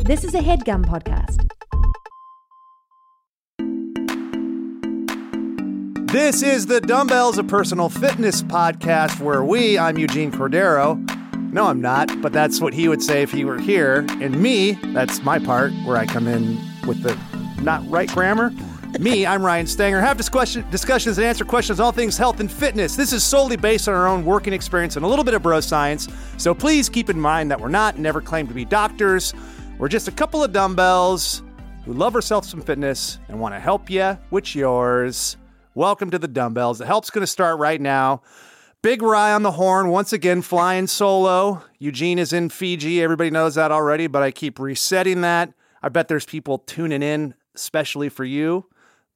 This is a headgum podcast. This is the Dumbbells of Personal Fitness podcast where we, I'm Eugene Cordero. No, I'm not, but that's what he would say if he were here. And me, that's my part where I come in with the not right grammar. Me, I'm Ryan Stanger. Have discussion, discussions and answer questions, all things health and fitness. This is solely based on our own working experience and a little bit of bro science. So please keep in mind that we're not, never claim to be doctors. We're just a couple of dumbbells who love ourselves some fitness and want to help you with yours. Welcome to the dumbbells. The help's going to start right now. Big Rye on the horn, once again flying solo. Eugene is in Fiji. Everybody knows that already, but I keep resetting that. I bet there's people tuning in, especially for you,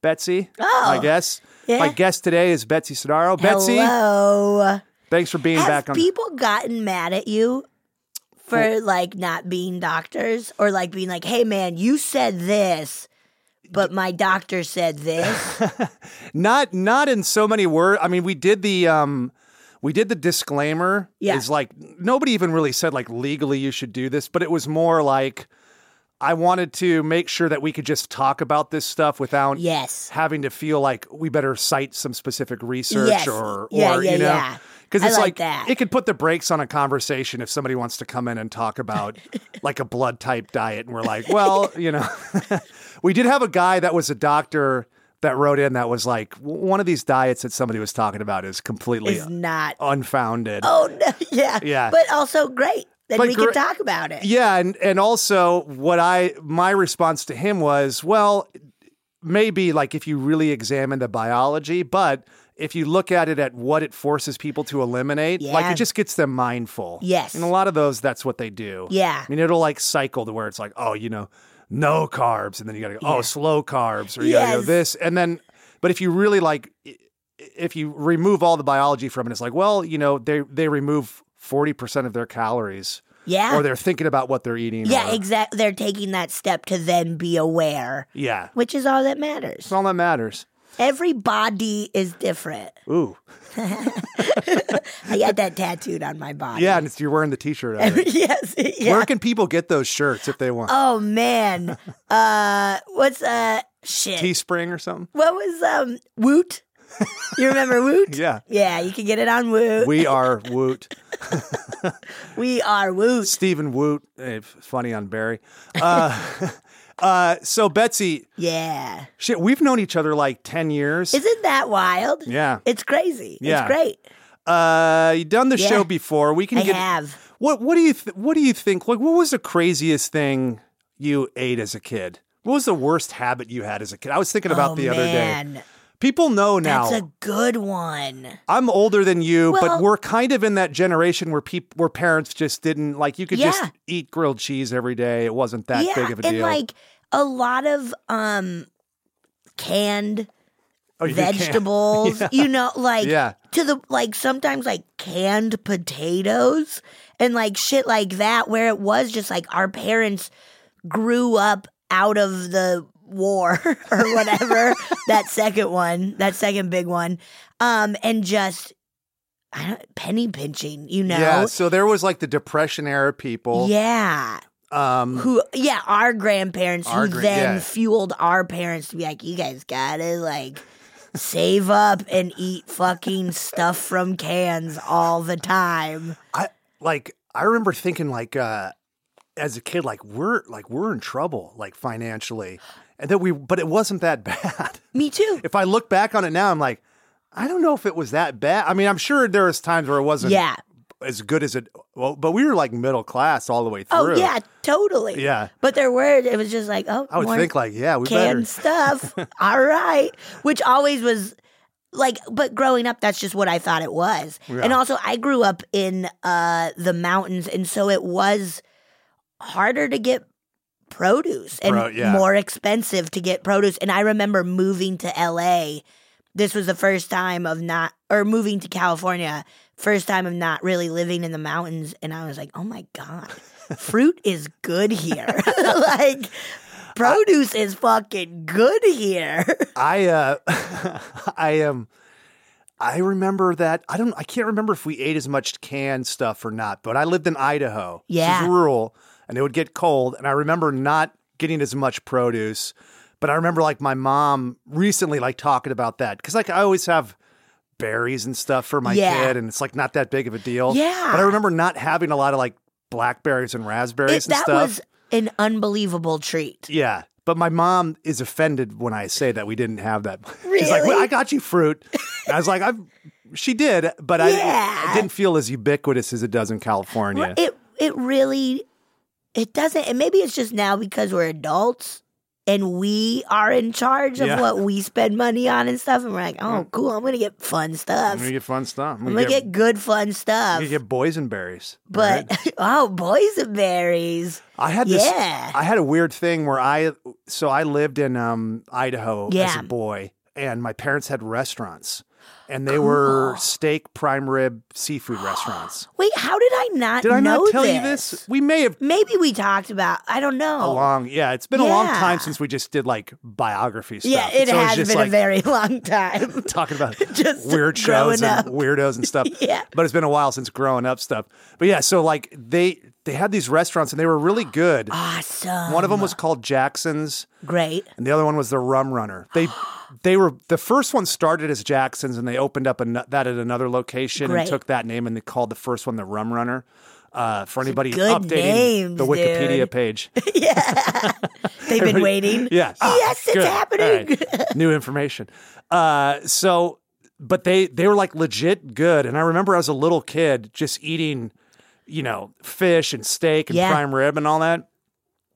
Betsy. Oh, I guess. yeah. My guest today is Betsy Sodaro. Betsy, Hello. thanks for being Have back on. people gotten mad at you for like not being doctors or like being like, "Hey, man, you said this, but my doctor said this." not not in so many words. I mean, we did the um we did the disclaimer. Yeah. Is like nobody even really said like legally you should do this, but it was more like I wanted to make sure that we could just talk about this stuff without yes. having to feel like we better cite some specific research Yes. or Yeah, or yeah, you know yeah. because I it's like like that. it could put the brakes on a conversation if somebody wants to come in and talk about like a blood type diet and we're like well you know we did have a guy that was a doctor that wrote in that was like "W- one of these diets that somebody was talking about is completely Is not. unfounded Oh no. Yeah. Oh, Yeah. But also great. Then But we gre- can talk about it. Yeah, and and also what I my response to him was, well, maybe like if you really examine the biology, but if you look at it at what it forces people to eliminate, like Yeah. it just gets them mindful. Yes. And a lot of those that's what they do. Yeah. I mean it'll like cycle to where it's like, oh, you know, no carbs and then you got to go, oh, slow carbs or you got to go Yes. this and then but if you really like i- if you remove all the biology from it, it's like, well, you know, they they remove 40% of their calories Yeah. or they're thinking about what they're eating. yeah, or- exactly. They're taking that step to then be aware, yeah. which is all that matters. It's all that matters. Every body is different. Ooh, I got that tattooed on my body. yeah, and it's, you're wearing the T-shirt. of it. yes. Yeah. Where can people get those shirts if they want? Oh man. Uh what's uh shit. Teespring or something. what was um Woot? You remember Woot? Yeah. Yeah, you can get it on Woot. We, We are Woot. are Woot. Stephen Woot. eh, f- funny on Barry. Uh, uh, so Betsy, Yeah. shit, we've known each other like ten years. Isn't that wild? yeah. It's crazy. Yeah. It's great. Uh, you done the Yeah. show before. We can I get. have. What What do you th- What do you think? Like, what was the craziest thing you ate as a kid? What was the worst habit you had as a kid? I was thinking about oh, the other day. man. People know now. That's a good one. I'm older than you, but Well- we're kind of in that generation where people where parents just didn't like you could just Yeah. eat grilled cheese every day. It wasn't that yeah. big of a and deal. like a lot of um canned Oh, you can't. vegetables, you know, like Yeah. to the like sometimes like canned potatoes and like shit like that, where it was just like our parents grew up out of the war or whatever that second one, that second big one, um, and just I don't penny pinching, you know, Yeah, so there was like the depression era people. yeah. Um Who, yeah, our grandparents Our who gran- then yeah. fueled our parents to be like, you guys gotta like save up and eat fucking stuff from cans all the time. I like I remember thinking like uh as a kid like we're like we're in trouble like financially. And then we but it wasn't that bad. Me too. if I look back on it now I'm like I don't know if it was that bad. I mean, I'm sure there was times where it wasn't Yeah. as good as it well, but we were like middle class all the way through. Oh yeah, totally. Yeah. But there were it was just like, oh, I would more think like, yeah, we canned better. stuff. all right. Which always was like but growing up that's just what I thought it was. And also I grew up in uh the mountains and so it was harder to get produce and Pro- yeah. more expensive to get produce and I remember moving to LA this was the first time of not or moving to California, first time of not really living in the mountains and I was like, "Oh my god. Fruit is good here." like produce is fucking good here. I uh I am I remember that I don't I can't remember if we ate as much canned stuff or not, but I lived in Idaho. This is Yeah. rural. and it would get cold. And I remember not getting as much produce, but I remember like my mom recently like talking about that because like I always have berries and stuff for my Yeah. kid, and it's like not that big of a deal. Yeah. but I remember not having a lot of like blackberries and raspberries It- and that stuff. was an unbelievable treat. Yeah. But my mom is offended when I say that we didn't have that. She's like, well, Really? I got you fruit. And I was like, I've, she did, but I, Yeah. it didn't feel as ubiquitous as it does in California. It it really it doesn't and maybe it's just now because we're adults and we are in charge of Yeah. what we spend money on and stuff and we're like, "Oh, cool, I'm going to get fun I'm stuff. going to get fun stuff. I'm I'm going going to to get good fun stuff." get, boysenberries. but oh, boysenberries. I had this. Yeah. I had a weird thing where I so I lived in um, Idaho as Yeah. a boy, and my parents had restaurants, and they were steak, prime rib, seafood restaurants. Wait, how did I not Did I know not tell this? you this? We may have Maybe we talked about. I don't a know. long yeah it's been a long Oh. Yeah. time since we just did like biography stuff yeah, it So was has just been like a very long time. talking about just weird growing shows up. and weirdos and stuff Yeah. but it's been a while since growing up stuff but yeah so like they they had these restaurants and they were really good awesome. one of them was called jackson's Great. and the other one was the rum runner they they were the first one started as jackson's and they opened up an, that at another location Great. and took that name and they called the first one the rum runner uh, for anybody good updating names, the Wikipedia dude. page, They've been waiting. Yeah. yes, it's Ah, Good. happening. All right. New information. Uh, so, but they they were like legit good, and I remember as a little kid just eating, you know, fish and steak and Yeah. prime rib and all that.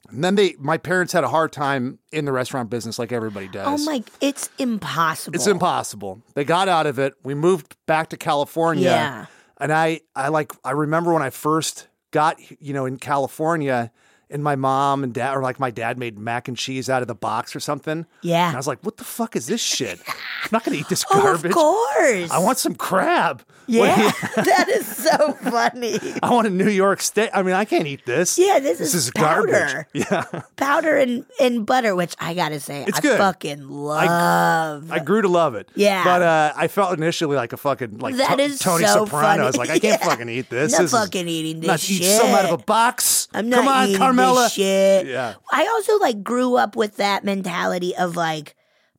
And then they, my parents had a hard time in the restaurant business, like everybody Oh does. my, it's impossible. It's impossible. They got out of it. We moved back to California. Yeah. And I, I like, I remember when I first got, you know, in California and my mom and dad, or like my dad made mac and cheese out of the box or something. Yeah. And I was like, what the fuck is this shit? I'm not going to eat this Oh, garbage. of course. I want some crab. What do Yeah, you- that is so funny. I want a New York steak. I mean, I can't eat this. Yeah, this is is garbage. powder. Yeah. Powder and, and butter, which I gotta say, It's I good. fucking love. I grew to love it. Yeah. But uh, I felt initially like a fucking like That To- is Tony so Soprano. I was funny. like, I can't Yeah. fucking eat this. Not this is- fucking eating not this eat some out of a shit. box. I'm not Come on, eating Carmela. this shit. Yeah. I also like grew up with that mentality of like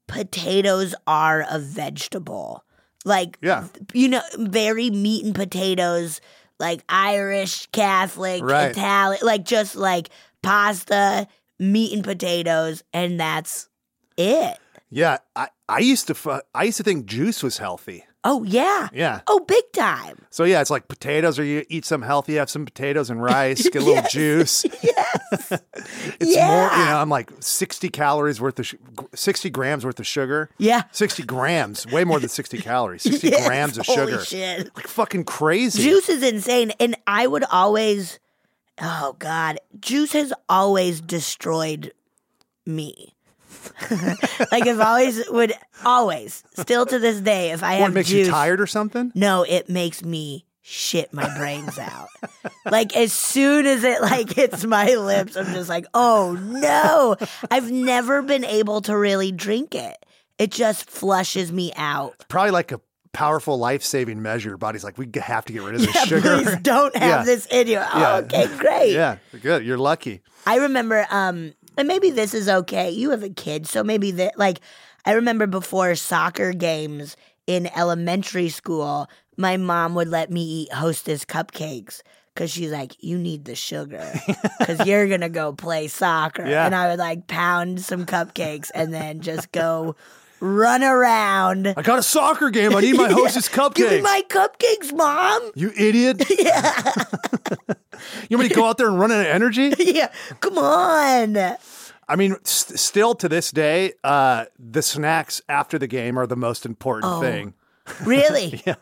potatoes are a vegetable. Like Yeah. you know, very meat and potatoes, like Irish, Catholic, Right. Italian, like just like pasta, meat and potatoes, and that's it. Yeah. I, I used to fu- I used to think juice was healthy. Oh yeah. Yeah. Oh, big time. So yeah, it's like potatoes or you eat some healthy, have some potatoes and rice, get a little juice. It's yeah. more, you know, I'm like 60 calories worth of sh- 60 grams worth of sugar. Yeah. 60 grams, way more than 60 calories. 60 Yes, grams of holy sugar. shit. Like fucking crazy. Juice is insane. And I would always, oh God, juice has always destroyed me. like I've always would always still to this day if I What have makes juice, you tired or something? No, it makes me shit my brains out. like as soon as it like hits my lips, I'm just like, oh no. I've never been able to really drink it. It just flushes me out. Probably like a powerful life saving measure. Your body's like, we g- have to get rid of this Yeah, sugar. please don't have Yeah. this in you. Oh, Yeah. Okay, great. Yeah, good. You're lucky. I remember, um, and maybe this is okay. You have a kid, so maybe that, like, I remember before soccer games in elementary school, my mom would let me eat Hostess cupcakes because she's like, "You need the sugar because you're gonna go play soccer," Yeah. and I would like pound some cupcakes and then just go run around. I got a soccer game. I need my hostess cupcakes. Give me my cupcakes, mom. you idiot. Yeah. you want me to go out there and run out of energy? yeah, come on. I mean, st- still to this day, uh, the snacks after the game are the most important Oh, thing. Really? yeah.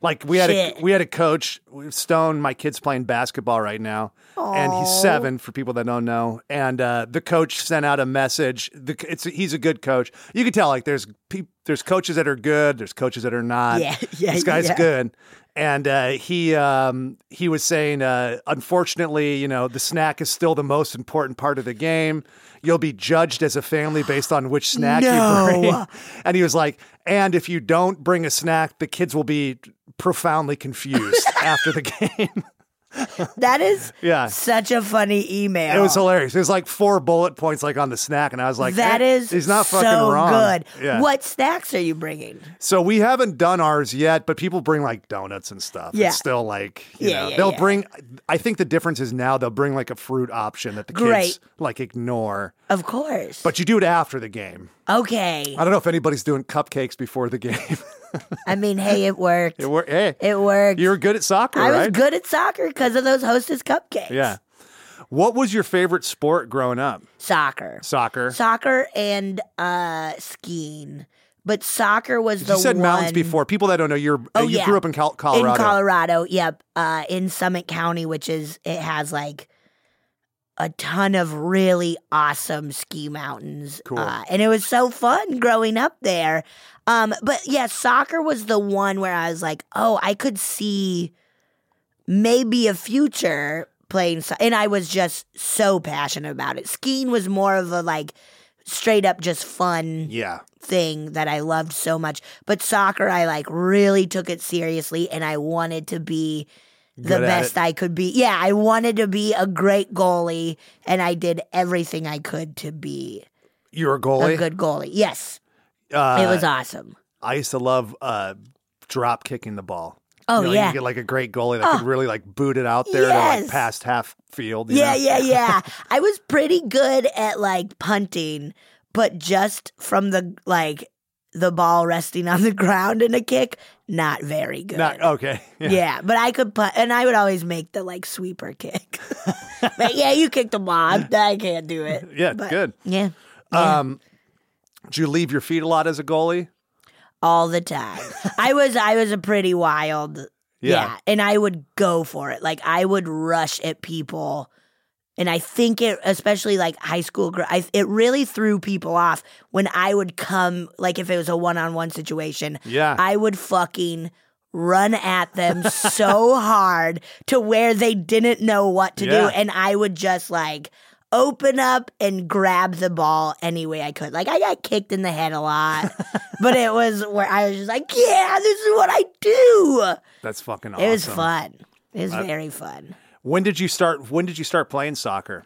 Like we had a Shit. we had a coach Stone. My kid's playing basketball right now, and he's seven. For people that don't know, and uh, the coach sent out a message. The, c- it's he's a good coach. You can tell like there's pe- there's coaches that are good. There's coaches that are not. Yeah, yeah, This guy's yeah. good. And uh, he um, he was saying, uh, unfortunately, you know, the snack is still the most important part of the game. You'll be judged as a family based on which snack you bring. No. And he was like, and if you don't bring a snack, the kids will be profoundly confused after the game. That is Yeah. such a funny email. It was hilarious. It was like four bullet points, like on the snack, and I was like, That eh, is he's not fucking so wrong." good. Yeah. What snacks are you bringing? So we haven't done ours yet, but people bring like donuts and stuff. Yeah. It's still like, you Yeah, know, yeah, they'll yeah. bring, I think the difference is now they'll bring like a fruit option that the Great. kids like ignore, Of course. but you do it after the game. okay. I don't know if anybody's doing cupcakes before the game. I mean, hey, it worked. it wor- hey, It worked. you were good at soccer, I was right? good at soccer because of those Hostess cupcakes. Yeah. What was your favorite sport growing up? Soccer. Soccer. Soccer and uh skiing. But soccer was the you said mountains one- before. People that don't know, you're Oh, you yeah. grew up in Col- Colorado. In Colorado, yep. Uh, in Summit County, which is, it has like a ton of really awesome ski mountains. Cool. Uh, and it was so fun growing up there. Um, but yeah, soccer was the one where I was like, oh, I could see maybe a future playing. So- and I was just so passionate about it. Skiing was more of a like straight up just fun Yeah. thing that I loved so much. But soccer, I like really took it seriously and I wanted to be the Good at best it. I could be. Yeah, I wanted to be a great goalie and I did everything I could to be You're a goalie. a good goalie. Yes, uh, it was awesome. I used to love uh, drop kicking the ball. Oh, you know, yeah. Oh, you get like a great goalie that could really like boot it out there to like Yes. past half field. you Yeah, know? yeah, yeah. I was pretty good at like punting, but just from the like the ball resting on the ground in a kick, not very good. Not okay. Yeah. but I could put, and I would always make the like sweeper kick. but yeah, you kicked the ball. I can't do it. Yeah, But, good. Yeah, Um, do you leave your feet a lot as a goalie? all the time. I was I was a pretty wild. Yeah. Yeah. and I would go for it. Like I would rush at people. And I think it, especially like high school, gr- I, it really threw people off when I would come, like if it was a one on one situation, Yeah. I would fucking run at them so hard to where they didn't know what to Yeah. do. And I would just like open up and grab the ball any way I could. Like I got kicked in the head a lot, but it was where I was just like, yeah, this is what I do. That's fucking awesome. It was fun. It was very fun. When did you start? When did you start playing soccer?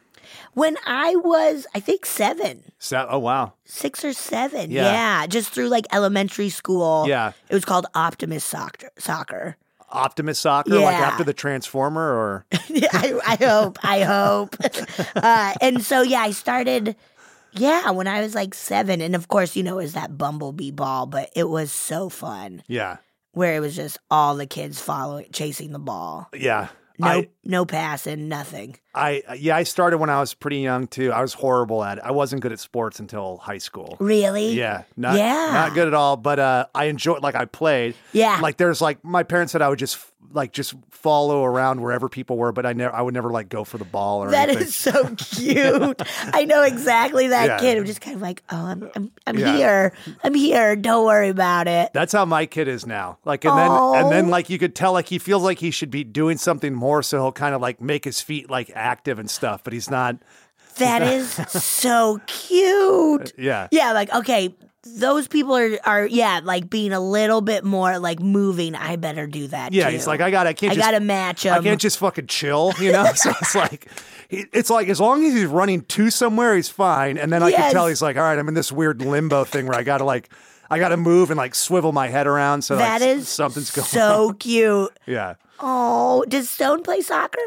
When I was, I think seven, So, oh wow, six or seven. Yeah. Yeah. Just through like elementary school. Yeah. It was called Optimist Soccer. soccer. Optimus soccer, like Yeah. after the Transformer, or Yeah, I, I hope. I hope. Uh, and so, yeah, I started, yeah, when I was like seven. And of course, you know, it was that bumblebee ball, but it was so fun yeah, where it was just all the kids following, chasing the ball. yeah. No, I, no passing, nothing. I, yeah, I started when I was pretty young too. I was horrible at it. I wasn't good at sports until high school. Really? Yeah, not Yeah. not good at all. But uh, I enjoyed like I played. Yeah. like there's like my parents said I would just like just follow around wherever people were, but I never I would never like go for the ball or That anything. is so cute. I know exactly that Yeah. kid. I'm just kind of like, oh, I'm, I'm, I'm Yeah. here. I'm here. Don't worry about it. That's how my kid is now. Like and then Aw. and then like you could tell like he feels like he should be doing something more, so he'll kind of like make his feet like active and stuff, but he's not. That is so cute. Yeah. Yeah, like okay, those people are are yeah, like being a little bit more like moving. I better do that. Yeah, too. he's like I got I can't I just gotta match I them. can't just fucking chill, you know. so it's like, he- it's like as long as he's running to somewhere, he's fine. And then I can Yes. tell he's like, all right, I'm in this weird limbo thing where I gotta like, I gotta move and like swivel my head around so that like, is something's going. so cute. yeah, Oh, does Stone play soccer?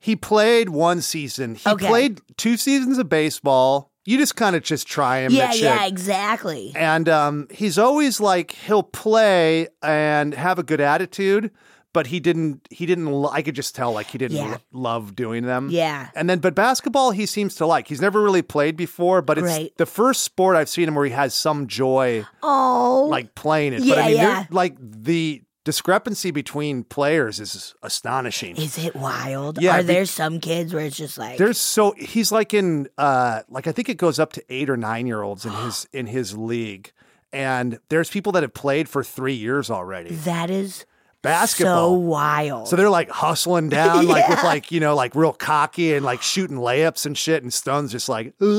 he played one season. He Okay. played two seasons of baseball. You just kind of just try him. yeah, at shit. yeah, exactly. And um, he's always like he'll play and have a good attitude, but he didn't. He didn't. Lo- I could just tell like he didn't Yeah. lo- love doing them. Yeah. And then, but basketball he seems to like. He's never really played before, but it's Right. the first sport I've seen him where he has some joy Oh, like playing it. but Yeah, I mean, they're- yeah. like the discrepancy between players is astonishing. is it wild? Yeah, are be- there some kids where it's just like There's so he's like in uh like I think it goes up to eight or nine year olds in his in his league. And there's people that have played for three years already. that is so Basketball. wild. So, they're like hustling down, like with like, you know, like real cocky and like shooting layups and shit. And Stone's just like, "Ugh," like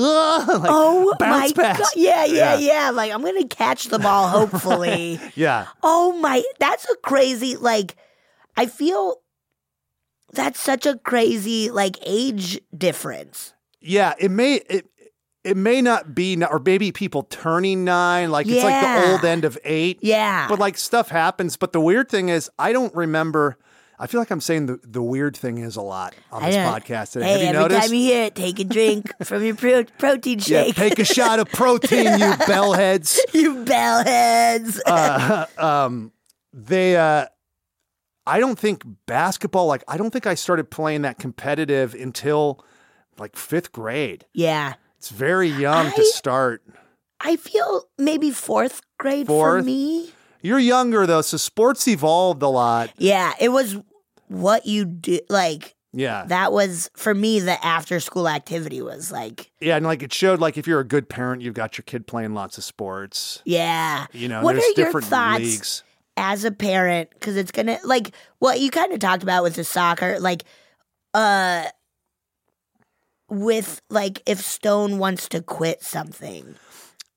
oh bounce my pass. god! Yeah, yeah, Yeah. yeah. Like I'm gonna catch the ball. Hopefully. Yeah. Oh my, that's a crazy, like, I feel That's such a crazy like age difference. Yeah, it may it it may not be n- or maybe people turning nine, like it's like the Yeah. old end of eight. Yeah. But like stuff happens. But the weird thing is I don't remember I feel like I'm saying the, the weird thing is a lot on I this don't- podcast today. Hey, Have you every noticed? time you hear it, take a drink from your pro- protein yeah, shake. take a shot of protein, you bellheads. you bellheads. uh, um, they, uh, I don't think basketball, like, I don't think I started playing that competitive until like fifth grade. yeah. It's very young to I- start. I feel maybe fourth grade Fourth? for me. You're younger though, so sports evolved a lot. Yeah, it was what you do. Like Yeah. that was for me. The after school activity was like, Yeah. And like it showed, like, if you're a good parent, you've got your kid playing lots of sports. yeah. You know, What there's are your different thoughts? leagues. as a parent because it's gonna like what you kind of talked about with the soccer like uh with like if stone wants to quit something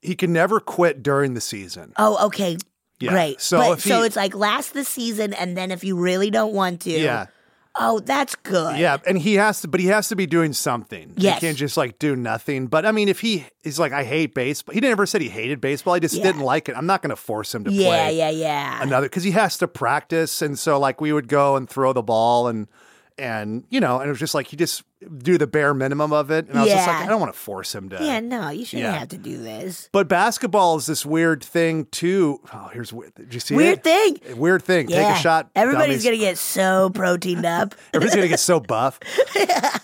He can never quit during the season. oh okay Yeah. great So But- if he, so it's like last the season and then if you really don't want to yeah. oh that's good Yeah, and he has to, but he has to be doing something. Yes. He can't just like do nothing. But I mean, if he is like, I hate baseball, he never said he hated baseball. I just Yeah. didn't like it. I'm not going to force him to yeah play yeah yeah another because he has to practice. And so, like, we would go and throw the ball and, and you know, and it was just like, he just do the bare minimum of it. And I was just like, Yeah. I don't want to force him to. yeah no you shouldn't Yeah. have to do this But basketball is this weird thing, too. Oh, here's weird. Did you see weird it? thing Weird thing. yeah Take a shot. everybody's dummies. gonna get so proteined up Everybody's gonna get so buff.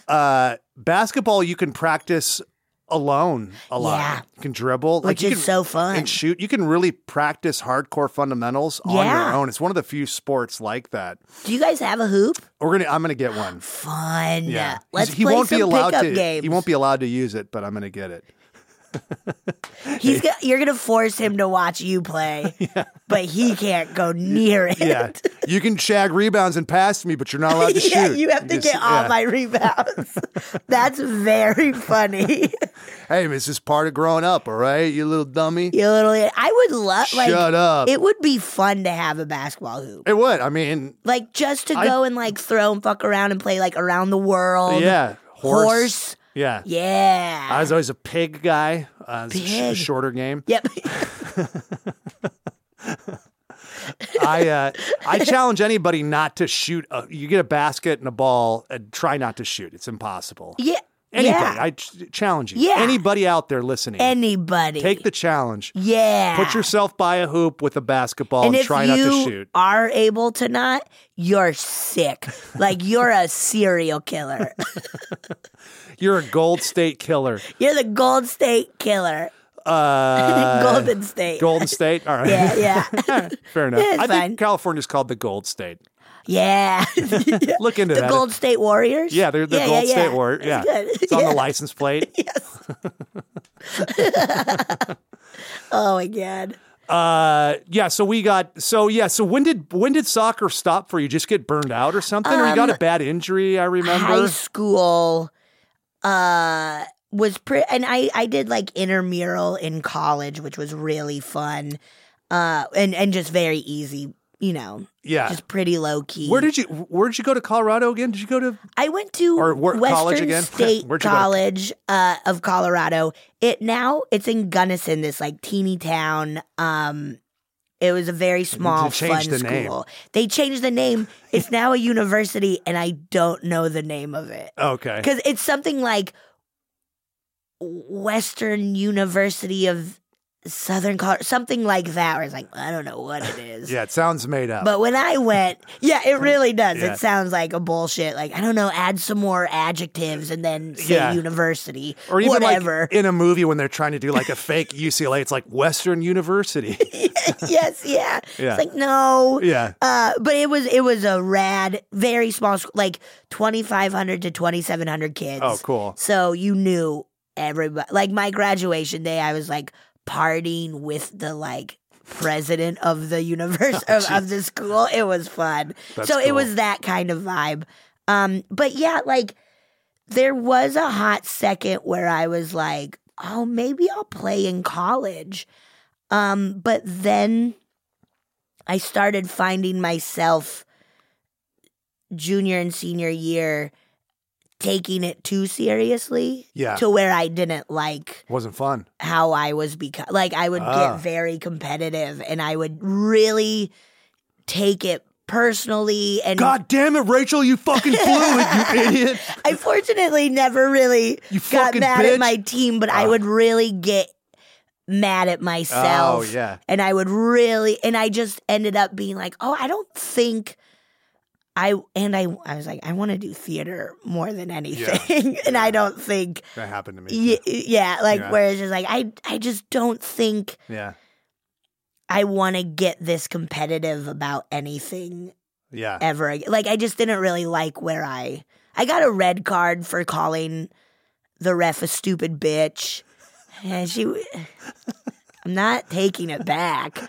Uh, basketball, you can practice alone a lot. Yeah. You can dribble, which you is can, so fun and shoot. You can really practice hardcore fundamentals on your Yeah. own. It's one of the few sports like that. do you guys have a hoop We're gonna. I'm gonna get one. fun. Yeah, He's- Let's he play won't some be allowed pickup to. games. He won't be allowed to use it, but I'm gonna get it. He's go- you're gonna force him to watch you play, but he can't go near it. Yeah, you can shag rebounds and pass me, but you're not allowed to Yeah, shoot. you have to just- get all yeah. my rebounds. That's very funny. Hey, this is part of growing up. All right, you little dummy. you little, I would love like Shut up. it would be fun to have a basketball hoop, it would. I mean, like just to I- go and like throw and fuck around and play like around the world. yeah, horse. Yeah. Yeah. I was always a pig guy. Uh, it's a sh- a Pig. shorter game. yep. I uh, I challenge anybody not to shoot. A, you get a basket and a ball and try not to shoot. It's impossible. yeah. Anybody, Yeah. I ch- challenge you. Yeah. Anybody out there listening, Anybody. take the challenge. Yeah. Put yourself by a hoop with a basketball and, and if try you not to shoot. are able to not, you're sick. Like you're a serial killer. You're a Gold State killer. You're the Gold State killer. Uh, Golden State. Golden State. All right. yeah, yeah, Fair enough. It's I fine. think California's called the Gold State. yeah. the Look into that. Gold State Warriors. yeah, they're the yeah, Gold yeah, State yeah. War. That's Yeah, good. it's on yeah. the license plate. Oh my god. Uh, yeah. So we got. So yeah. So when did when did soccer stop for you? Just get burned out or something, or you got a bad injury? Um, I remember. High school uh was pretty and I I did like intramural in college, which was really fun. Uh and and just very easy, you know, yeah. just pretty low key. where did you Where did you go to Colorado again? Did you go to? I went to Or where- Western college again? State Where'd you go? College uh, of Colorado. It now it's in Gunnison, this like teeny town. Um, it was a very small, They changed fun the school. name. They changed the name. It's now a university, and I don't know the name of it Okay. because it's something like Western University of Southern Colorado, something like that. Where it's like I don't know what it is. Yeah, it sounds made up. But when I went, yeah, it really does. Yeah. It sounds like a bullshit. Like I don't know, add some more adjectives and then say Yeah. university or even whatever. like in a movie when they're trying to do like a fake UCLA, it's like Western University. yes, yeah. Yeah. It's like no. yeah. Uh, but it was it was a rad, very small school, like twenty five hundred to twenty seven hundred kids. Oh, cool. So you knew everybody. Like my graduation day, I was like partying with the like president of the universe Oh, of, of the school. It was fun. That's so it cool. was that kind of vibe. Um, but yeah, like there was a hot second where I was like, oh, maybe I'll play in college. Um, but then I started finding myself junior and senior year taking it too seriously Yeah. to where I didn't like Wasn't fun. how I was become like I would Ah. get very competitive and I would really take it personally and God damn it, Rachel, you fucking flew it, you idiot. I fortunately never really You got fucking mad bitch. at my team, but I Ah. would really get mad at Oh, myself. yeah. And I would really, and I just ended up being like, oh, I don't think I, and I, I was like, I want to do theater more than anything. and I don't think, That happened to me. y- yeah, like, Yeah. whereas it's like, I, I just don't think Yeah. I want to get this competitive about anything Yeah. ever again. Like I just didn't really like where I I got a red card for calling the ref a stupid bitch. And she I'm not taking it back.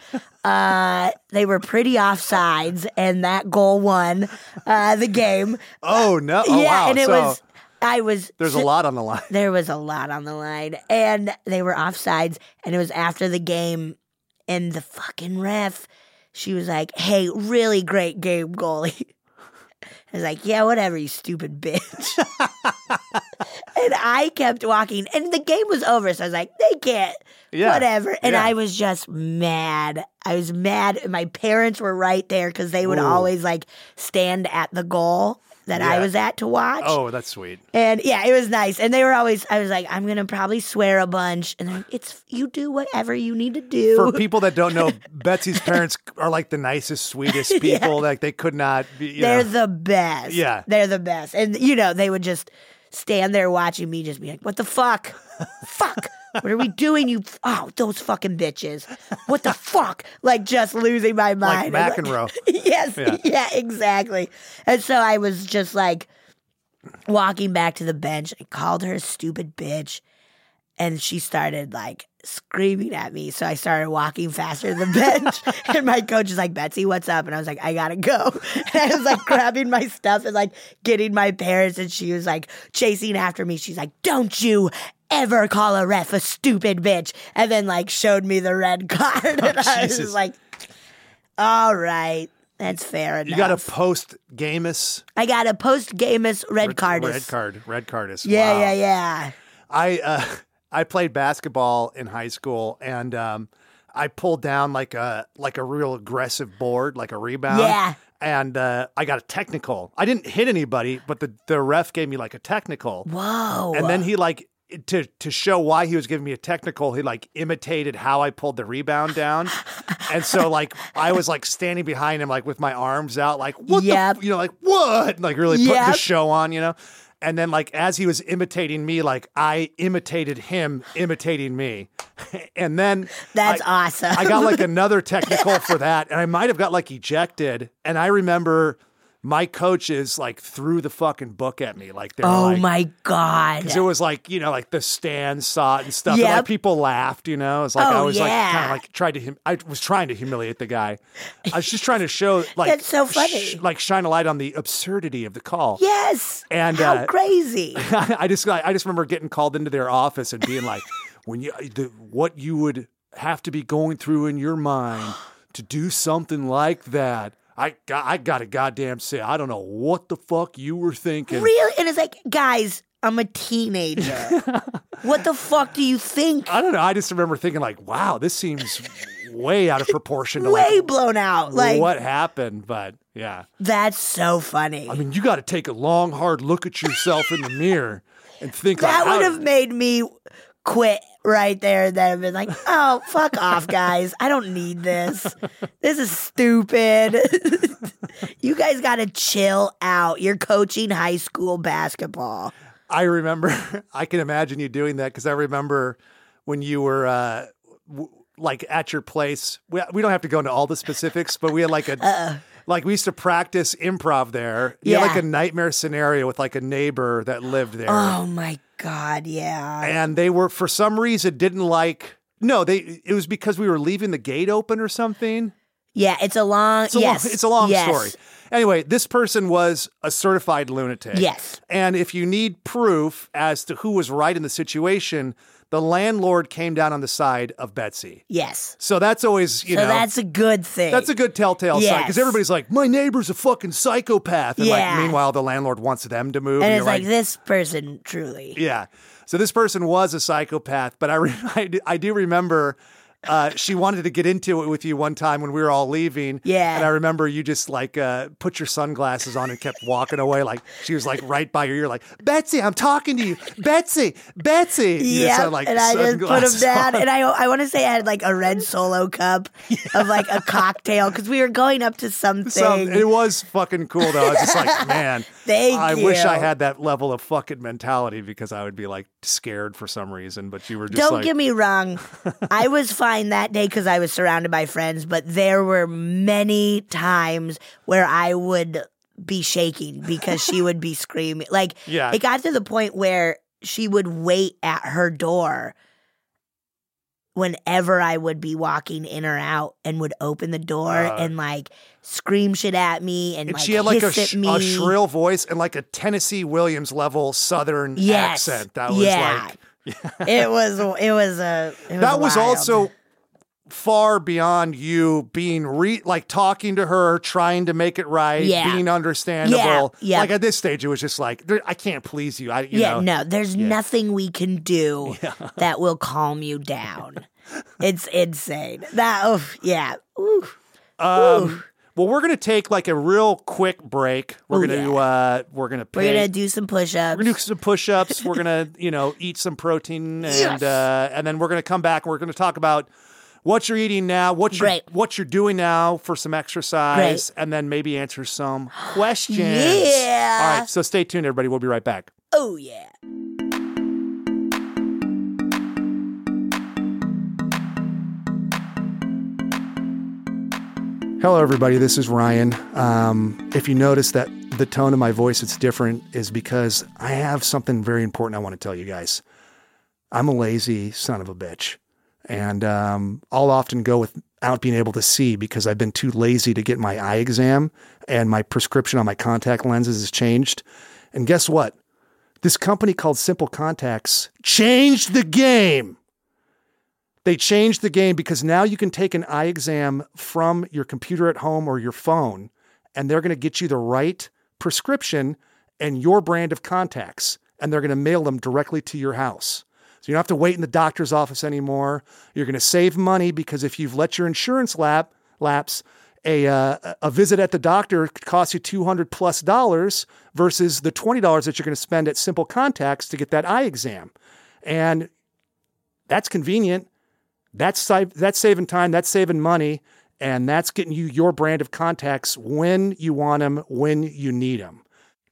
Uh, they were pretty offsides and that goal won uh, the game. Oh, no. Oh, yeah, wow. and it so was I was there's a lot on the line. there was a lot on the line, and they were offsides, and it was after the game, and the fucking ref, she was like, "Hey, really great game, goalie." I was like, "Yeah, whatever, you stupid bitch." and I kept walking, and the game was over, so I was like, "They can't." Yeah. Whatever. And Yeah. I was just mad. I was mad. And my parents were right there because they would Ooh. always like stand at the goal that I Yeah. was at to watch. Oh, that's sweet. And yeah, it was nice. And they were always, I was like, I'm gonna probably swear a bunch. And they're like, it's you do whatever you need to do. For people that don't know, Betsy's parents are like the nicest, sweetest people. Like they could not be. You They're know. the best. Yeah. they're the best. And you know, they would just stand there watching me, just be like, what the fuck, fuck. What are we doing, you? f- Oh, those fucking bitches! What the fuck? Like just losing my Like mind. And, McEnroe. yes, Yeah. yeah. exactly. And so I was just like walking back to the bench and called her a stupid bitch. And she started like screaming at me. So I started walking faster to the bench. and my coach is like, Betsy, what's up? And I was like, I gotta go. And I was like grabbing my stuff and like getting my parents. And she was like chasing after me. She's like, Don't you ever call a ref a stupid bitch. And then like showed me the red card. and I was Oh, Jesus. just like, all right. That's fair enough. You got a post gamus I got a post gamus red card. Red card. Red cardist. Yeah, Wow. yeah, yeah. I uh, I played basketball in high school, and um, I pulled down like a like a real aggressive board, like a rebound. Yeah. And uh, I got a technical. I didn't hit anybody, but the the ref gave me like a technical, Whoa. and then he like. To, to show why he was giving me a technical, he like imitated how I pulled the rebound down, and so like I was like standing behind him like with my arms out like what the Yep. you know like what like really putting the Yep. show on you know, and then like as he was imitating me like I imitated him imitating me, and then That's I- awesome. I got like another technical for that, and I might have got like ejected. And I remember my coaches like threw the fucking book at me, like they were oh like, my God. because it was like you know like the stand saw it and stuff. And, like Yep. people laughed, you know. It's like I Oh, was like kind of yeah. like tried to. Hum- I was trying to humiliate the guy. I was just trying to show like That's so funny. like shine a light on the absurdity of the call. yes. And, How uh, crazy. I just like, I just remember getting called into their office and being like, when you the, what you would have to be going through in your mind to do something like that. I got, I got to goddamn say I don't know what the fuck you were thinking. really? And it's like, guys, I'm a teenager. what the fuck do you think? I don't know. I just remember thinking like, wow, this seems way out of proportion to Way like, blown out. Like, what happened. But yeah, that's so funny. I mean, you got to take a long, hard look at yourself in the mirror and think that like, how- would have made me quit right there and then have been like oh fuck off guys i don't need this this is stupid you guys gotta chill out you're coaching high school basketball I remember. I can imagine you doing that because I remember when you were uh, w- like at your place. We, we don't have to go into all the specifics, but we had like a like we used to practice improv there. You had Uh-uh. Yeah. like a nightmare scenario with like a neighbor that lived there, oh my god yeah and they were for some reason didn't like. No, they. It was because we were leaving the gate open or something. yeah it's a long It's a yes long, it's a long yes. story. Anyway, this person was a certified lunatic. Yes. And if you need proof as to who was right in the situation, the landlord came down on the side of Betsy. Yes. So that's always, you So know, that's a good thing. that's a good telltale sign because Yes. everybody's like, my neighbor's a fucking psychopath. And Yeah. like, meanwhile, the landlord wants them to move. and and you're it's like, this person truly. yeah. So this person was a psychopath, but I re- I, do, I do remember uh, she wanted to get into it with you one time when we were all leaving. Yeah. And I remember you just like uh, put your sunglasses on and kept walking away. Like she was like right by your ear, like Betsy, I'm talking to you, Betsy, Betsy. You just Yep, had, like, and I just put them sunglasses down, on. and I I want to say I had like a red solo cup of like a cocktail because we were going up to something. So it was fucking cool though. I was just like, man, Thank I wish I you. had that level of fucking mentality because I would be like scared for some reason. But you were just Don't like, get me wrong, I was fine that day because I was surrounded by friends, but there were many times where I would be shaking because she would be screaming. Like Yeah. it got to the point where she would wait at her door whenever I would be walking in or out and would open the door Wow. and like scream shit at me and, And like she had like a, hiss at sh- me. a shrill voice and like a Tennessee Williams level Southern Yes. accent. That was Yeah. like it was it was a it was that was wild. also far beyond you being re like talking to her, trying to make it right, Yeah. being understandable. yeah. Like at this stage, it was just like there- I can't please you. I you yeah, know no, there's nothing we can do that will calm you down. it's insane. That, oh, yeah. Ooh. Um, well, we're gonna take like a real quick break. We're Ooh, gonna Oh, yeah. uh, we're gonna We're going to pay- do some push ups. we're gonna do some push-ups. we're gonna you know eat some protein, and uh, and then we're gonna come back and we're gonna talk about what you're eating now, what you are Great. what you're doing now for some exercise, and then maybe answer some questions. Yeah. All right. So stay tuned, everybody. We'll be right back. Oh, yeah. Hello, everybody. This is Ryan. Um, if you notice that the tone of my voice it's different, is because I have something very important I want to tell you guys. I'm a lazy son of a bitch, and um, I'll often go without being able to see because I've been too lazy to get my eye exam, and my prescription on my contact lenses has changed. And guess what? This company called Simple Contacts changed the game. They changed the game because now you can take an eye exam from your computer at home or your phone, and they're going to get you the right prescription and your brand of contacts, and they're going to mail them directly to your house. So you don't have to wait in the doctor's office anymore. You're going to save money because if you've let your insurance lap, lapse, a, uh, a visit at the doctor could cost you 200 plus dollars versus the $20 that you're going to spend at Simple Contacts to get that eye exam. And that's convenient. That's si- that's saving time. That's saving money, and that's getting you your brand of contacts when you want them, when you need them.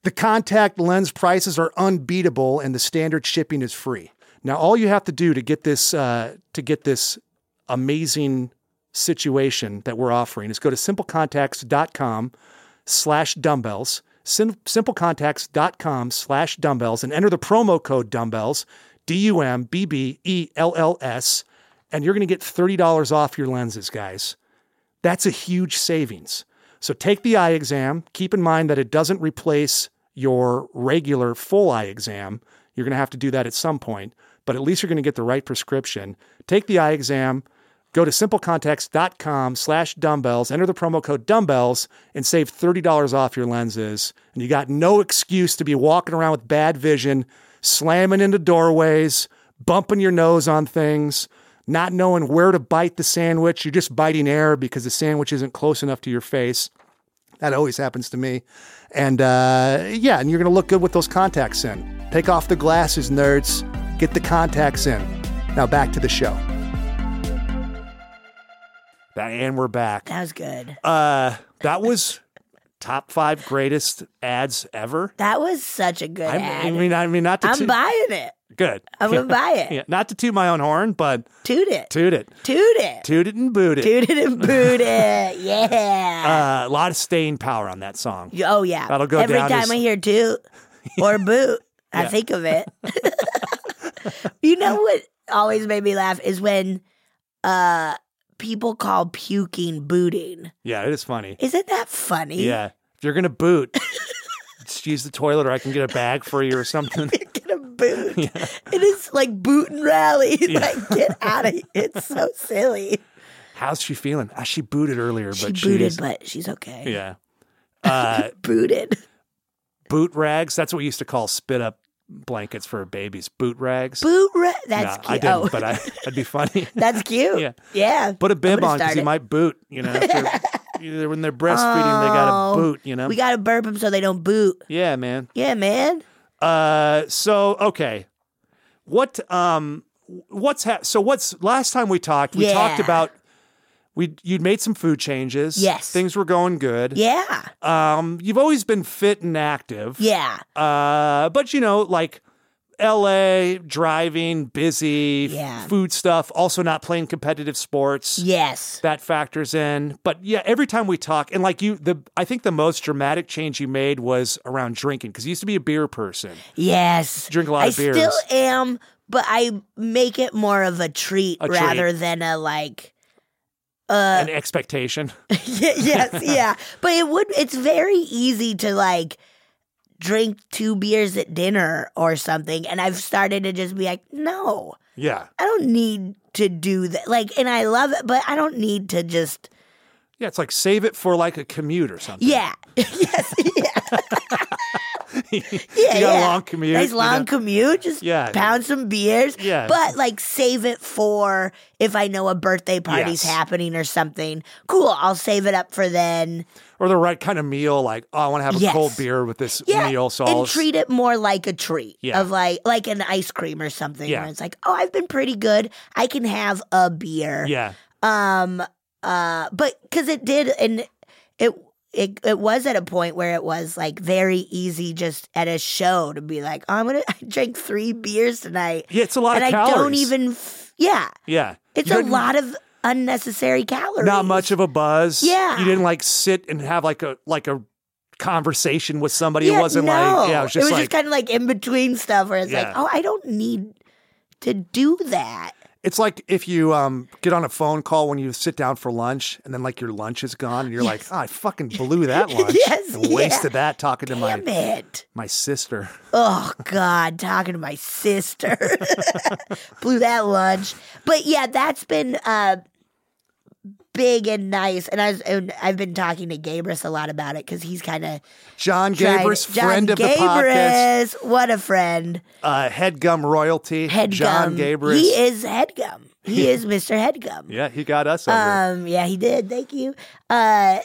The contact lens prices are unbeatable, and the standard shipping is free. Now, all you have to do to get this uh, to get this amazing situation that we're offering is go to simplecontacts.com slash dumbbells, sim- simplecontacts.com slash dumbbells, and enter the promo code dumbbells, D U M B B E L L S, and you're going to get $30 off your lenses, guys. That's a huge savings. So take the eye exam. Keep in mind that it doesn't replace your regular full eye exam. You're going to have to do that at some point, but at least you're going to get the right prescription. Take the eye exam. Go to simplecontacts.com slash dumbbells, enter the promo code dumbbells, and save $30 off your lenses. And you got no excuse to be walking around with bad vision, slamming into doorways, bumping your nose on things, not knowing where to bite the sandwich. You're just biting air because the sandwich isn't close enough to your face. That always happens to me. And uh, yeah, and you're going to look good with those contacts in. Take off the glasses, nerds. Get the contacts in. Now back to the show. And we're back. That was good. Uh, that was top five greatest ads ever. That was such a good I'm- ad. I mean, I mean, not to I'm toot- buying it. good. I'm going to buy it. Yeah, not to toot my own horn, but Toot it. toot it, Toot it. toot it and boot it. Toot it and boot it. Yeah. Uh, a lot of staying power on that song. oh, yeah. that'll go Every down time as- I hear toot or boot, I think of it. you know what always made me laugh is when uh, people call puking booting. Yeah, it is funny. Isn't that funny? Yeah. you're gonna boot, just use the toilet, or I can get a bag for you or something. Get a boot. It is like boot and rally. like get out of here. It's so silly. How's she feeling? Ah, she booted earlier, She but booted, she's but she's okay. yeah. Uh, Booted. boot rags. That's what we used to call spit up blankets for babies. Boot rags. Boot. Ra- that's Nah, cute. I didn't, oh, but I, that'd be funny. that's cute. Yeah. Yeah. Put a bib gonna on because start you it. might boot. You know, if you're, when they're breastfeeding, they got Oh, to boot. You know. We gotta burp them so they don't boot. yeah, man. Yeah, man. Uh, so okay, what um, what's ha- so what's last time we talked? We talked Yeah. about we you'd made some food changes. Yes. things were going good. Yeah. Um, you've always been fit and active. Yeah. Uh, but you know, like L.A. driving, busy, Yeah. food stuff. Also, not playing competitive sports. Yes. That factors in, but yeah, every time we talk, and like you, the I think the most dramatic change you made was around drinking because you used to be a beer person. Yes. Drink a lot I of beers. still am, but I make it more of a treat A rather than a like. an expectation. Yeah, yes, yeah. But it would it's very easy to like drink two beers at dinner or something and I've started to just be like, "No, Yeah. I don't need to do that." Like and I love it, but I don't need to just Yeah, it's like save it for like a commute or something. Yeah. yes, yeah. you Yeah, got a yeah. long commute. nice you long know? commute. Just Yeah. pound some beers. Yeah. But like save it for if I know a birthday party's Yes. happening or something. Cool. I'll save it up for then. or the right kind of meal. Like, oh, I want to have a Yes. cold beer with this Yeah. meal. So I'll and treat it more like a treat Yeah. of like like an ice cream or something. Yeah. Where it's like, oh, I've been pretty good. I can have a beer. yeah, Um. Uh. But because it did, and it it it was at a point where it was like very easy, just at a show, to be like, oh, I'm gonna I drank three beers tonight, yeah. It's a lot and of I calories. don't even. F- yeah, Yeah, it's You a didn't- lot of unnecessary calories. Not much of a buzz. Yeah. you didn't like sit and have like a like a conversation with somebody. Yeah, it wasn't no. like yeah, it was just like kind of like in between stuff where it's Yeah. like, oh, I don't need to do that. it's like if you um get on a phone call when you sit down for lunch and then like your lunch is gone and you're like, oh, I fucking blew that lunch. Yes, and yeah. wasted that talking to Damn my it. my sister. Oh God, talking to my sister. Blew that lunch. But yeah, that's been uh big and nice. And I was, and I've been talking to Gabrus a lot about it because he's kind of John Gabrus, friend of the podcast. What a friend. uh, headgum royalty. Headgum. John Gabrus. He is headgum. He is Mr. Headgum. yeah, he got us over. it. Um, yeah, he did. Thank you. Uh,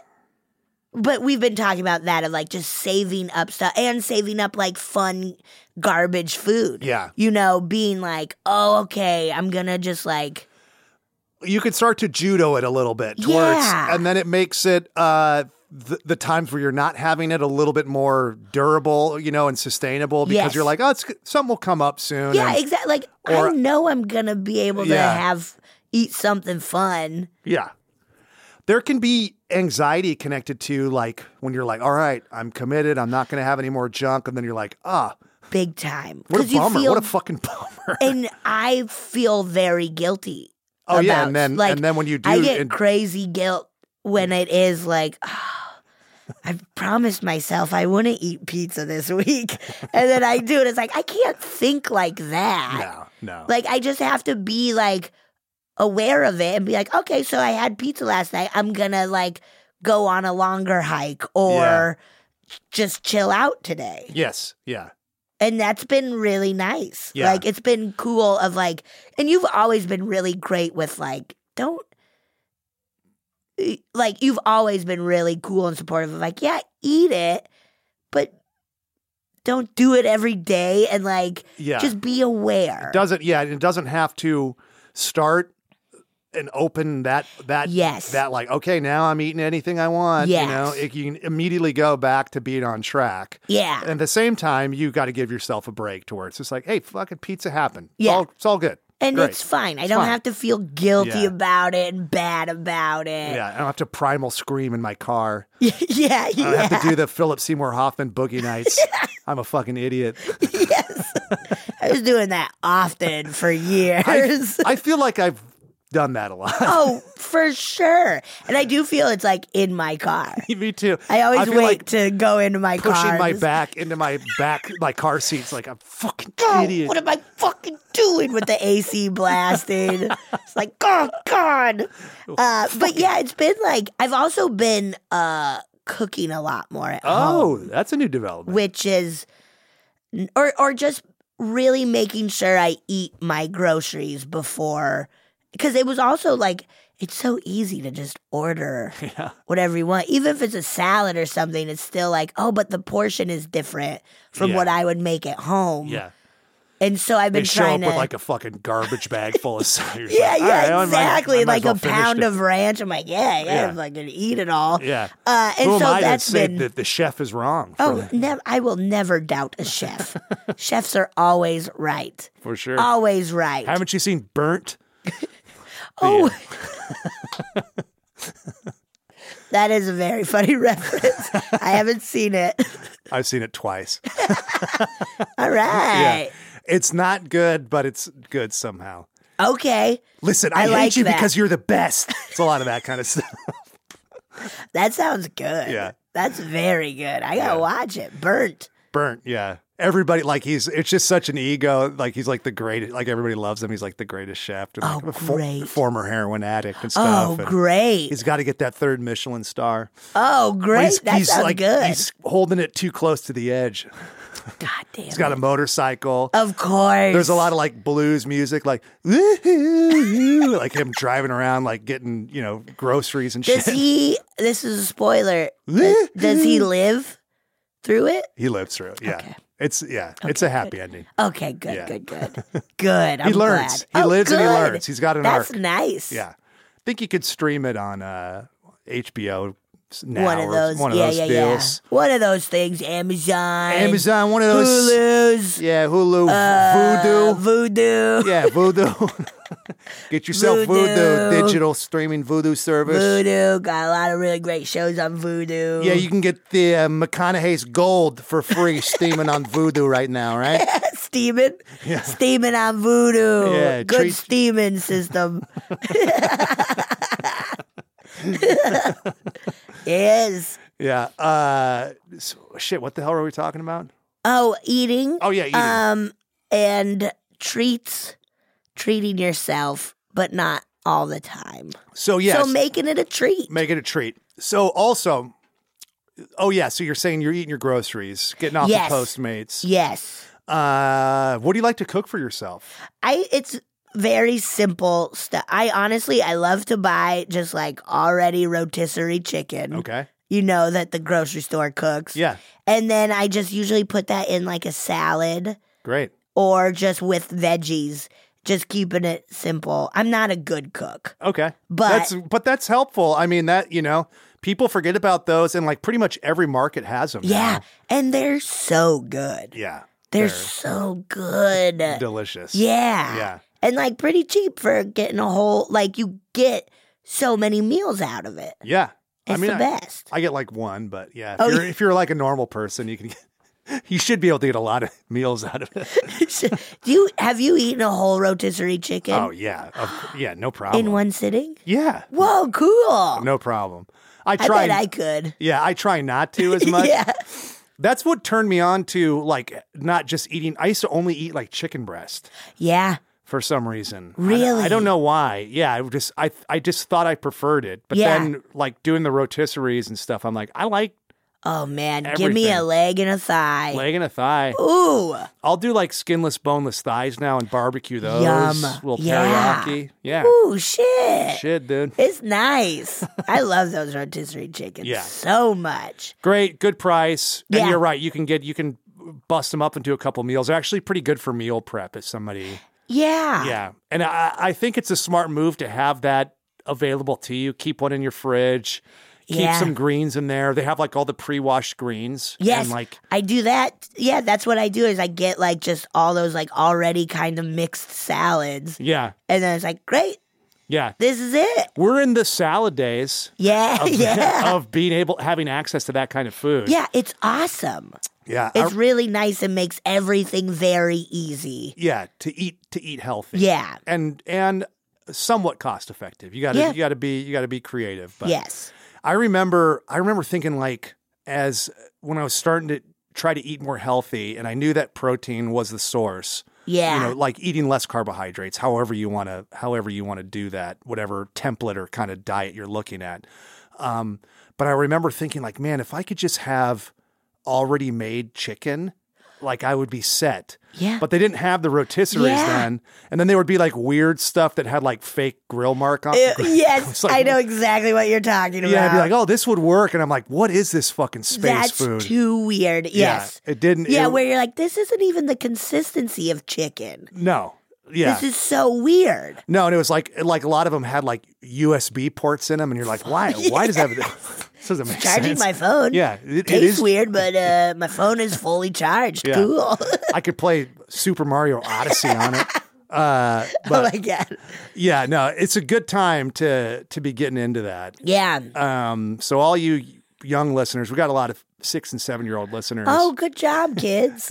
but we've been talking about that of like just saving up stuff and saving up like fun garbage food. Yeah. You know, being like, oh, okay, I'm gonna just like, you could start to judo it a little bit towards, Yeah. and then it makes it uh, the, the times where you're not having it a little bit more durable, you know, and sustainable because Yes. you're like, oh, it's something will come up soon. yeah, and- exactly. Like, or- I know I'm gonna be able to Yeah. have eat something fun. yeah. There can be anxiety connected to like when you're like, all right, I'm committed, I'm not going to have any more junk, and then you're like, ah, Big time. what a Because you bummer, feel- what a fucking bummer. and I feel very guilty. Oh, yeah, and about- then- like, and then when you do- I get and- crazy guilt when it is like, "Ah, I promised myself I wouldn't eat pizza this week, and then I do, and it's like I can't think like that. no, no, Like I just have to be like aware of it and be like, okay, so I had pizza last night. I'm gonna like go on a longer hike or just chill out today yes, yeah, and that's been really nice. Yeah. Like it's been cool of like and you've always been really great with like don't like you've always been really cool and supportive of like yeah, eat it, but don't do it every day and like yeah. just be aware. doesn't yeah it doesn't have to start and open that that Yes. that like okay now i'm eating anything i want you Yes. know it, you can immediately go back to being on track yeah. and at the same time you got to give yourself a break to where it's just like hey fucking pizza happened it's Yeah. all, it's all good And great. it's fine. I don't fine. have to feel guilty Yeah. about it and bad about it. yeah i don't have to primal scream in my car Yeah. yeah. i don't have to do the philip seymour hoffman boogie nights i'm a fucking idiot I was doing that often for years. I, I feel like i've done that a lot. Oh, for sure. And I do feel it's like in my car. Me too. I always feel wait like to go into my pushing car. my Just, back into my back, my car seats like a fucking "Oh, idiot. What am I fucking doing with the AC blasting? it's like, oh God. Oh, Uh, but yeah, it's been like I've also been uh, cooking a lot more at home, oh, that's a new development. which is or or just really making sure I eat my groceries before because it was also like it's so easy to just order Yeah. whatever you want. Even if it's a salad or something, it's still like, oh, but the portion is different from Yeah. what I would make at home. Yeah. And so I've They been show trying up to with like a fucking garbage bag full of stuff. You're just Yeah, like, "All right, yeah, I might- I exactly. might as like well a finish pound it." of ranch. I'm like, yeah, yeah, Yeah. I'm fucking eat it all. Yeah. Uh, and Who am so I to that's say been that the chef is wrong? For, Oh, nev- I will never doubt a chef. Chefs are always right. for sure. Always right. Haven't you seen Burnt? oh. that is a very funny reference. I haven't seen it. I've seen it twice. All right. It's not good, but it's good somehow. Okay. Listen, I, I hate like you that. because you're the best. It's a lot of that kind of stuff. That sounds good. Yeah. That's very good. I gotta Yeah. watch it. Burnt. Burnt, yeah. Everybody like he's it's just such an ego. Like he's like the greatest. Like everybody loves him. He's like the greatest chef. And, like, Oh, a for- great. former heroin addict and stuff. oh, and great. He's got to get that third Michelin star. oh, But great. He's, that he's sounds like good. he's holding it too close to the edge. God damn. He's got a motorcycle. of course. There's a lot of like blues music, like "Woo-hoo-hoo," like him driving around, like getting you know groceries and Does shit. he? This is a spoiler. Does, does he live through it? He lives through it. Yeah, Okay. it's yeah, it's a happy ending. Okay, good, Yeah. good, good, good. I'm he learns. glad. He Oh, lives and he good. learns. He's got an That's arc. nice. Yeah, I think you could stream it on uh, HBO now. one of or those. One of yeah, those yeah, deals. yeah. One of those things. Amazon. Amazon. One of those. Hulu's. Yeah, Hulu, uh, Voodoo. Voodoo. Yeah, voodoo. Get yourself voodoo. Voodoo. digital streaming voodoo service. Voodoo got a lot of really great shows on Voodoo. Yeah, you can get the uh, McConaughey's Gold for free steaming on voodoo right now, right? steaming, steaming on Voodoo. Yeah, good treat- steaming system. yes. Yeah. Uh, so- shit, what the hell are we talking about? Oh, eating. Oh, yeah, eating. Um, and treats, treating yourself, but not all the time. so, yes, So making it a treat. make it a treat. So, also, oh, yeah, so you're saying you're eating your groceries, getting off Yes. the Postmates. yes. Uh, what do you like to cook for yourself? I it's very simple stuff. I honestly I love to buy just like already rotisserie chicken. Okay. You know that the grocery store cooks. Yeah, And then I just usually put that in like a salad great. or just with veggies. Just keeping it simple. I'm not a good cook. Okay. But- that's but that's helpful. I mean that, you know, people forget about those and like pretty much every market has them. Yeah. now. And they're so good. Yeah. They're They're so good. delicious. Yeah. Yeah. And like pretty cheap for getting a whole like you get so many meals out of it. Yeah. It's I mean the I- best. I, get like one, but yeah. If, Oh, you're, yeah. if you're like a normal person, you can get, you should be able to get a lot of meals out of it. Do you have you eaten a whole rotisserie chicken Oh yeah. Of- yeah, no problem. in one sitting? yeah. Whoa, cool. No problem. I I try bet I could. Yeah, I try not to as much. Yeah. That's what turned me on to like not just eating. I used to only eat like chicken breast. Yeah. for some reason. I- Really? I, don't know why. Yeah, I just I I just thought I preferred it. But Yeah. then like doing the rotisseries and stuff, I'm like, I like Oh man, give me a Everything. leg and a thigh. leg and a thigh. Ooh. I'll do like skinless, boneless thighs now and barbecue those. Yum. Little Yeah. teriyaki. Yeah. Ooh, shit. Shit, dude. It's nice. I love those rotisserie chickens Yeah. so much. Great, good price. Yeah. And you're right. You can get you can bust them up into a couple meals. They're actually pretty good for meal prep if somebody Yeah. Yeah. And I, I think it's a smart move to have that available to you. Keep one in your fridge. Keep Yeah. some greens in there. They have like all the pre-washed greens. Yes, And like I do that. Yeah, that's what I do. Is I get like just all those like already kind of mixed salads, yeah. and then it's like, great, Yeah. this is it. We're in the salad days Yeah, of, yeah, of being able having access to that kind of food. yeah. It's awesome. Yeah. It's I- really nice and makes everything very easy. yeah, to eat to eat healthy. Yeah, And and somewhat cost effective. You got to Yeah. you got to be you got to be creative. But yes. I remember I remember thinking like as when I was starting to try to eat more healthy and I knew that protein was the source. Yeah. You know, like eating less carbohydrates, however you want to however you want to do that, whatever template or kind of diet you're looking at. Um, but I remember thinking like, man, if I could just have already made chicken, like I would be set. yeah. But they didn't have the rotisseries Yeah. then. And then there would be like weird stuff that had like fake grill mark on Ew, It's Uh, yes, like, I know exactly what you're talking about. yeah, I'd be like, oh, this would work. And I'm like, what is this fucking space That's food? too weird. Yes. Yeah, it didn't. Yeah, it- where you're like, this isn't even the consistency of chicken. no. Yeah. This is so weird. no, and it was like, like a lot of them had like USB ports in them. And you're like, why? Why does that have, this doesn't make Charging sense. my phone. yeah. It, it Tastes is. weird, but uh, my phone is fully charged. Yeah. Cool. I could play Super Mario Odyssey on it. Uh, oh but my god. yeah, no, it's a good time to, to be getting into that. Yeah. Um, so all you young listeners, we got a lot of six and seven year old listeners. Oh, good job, kids.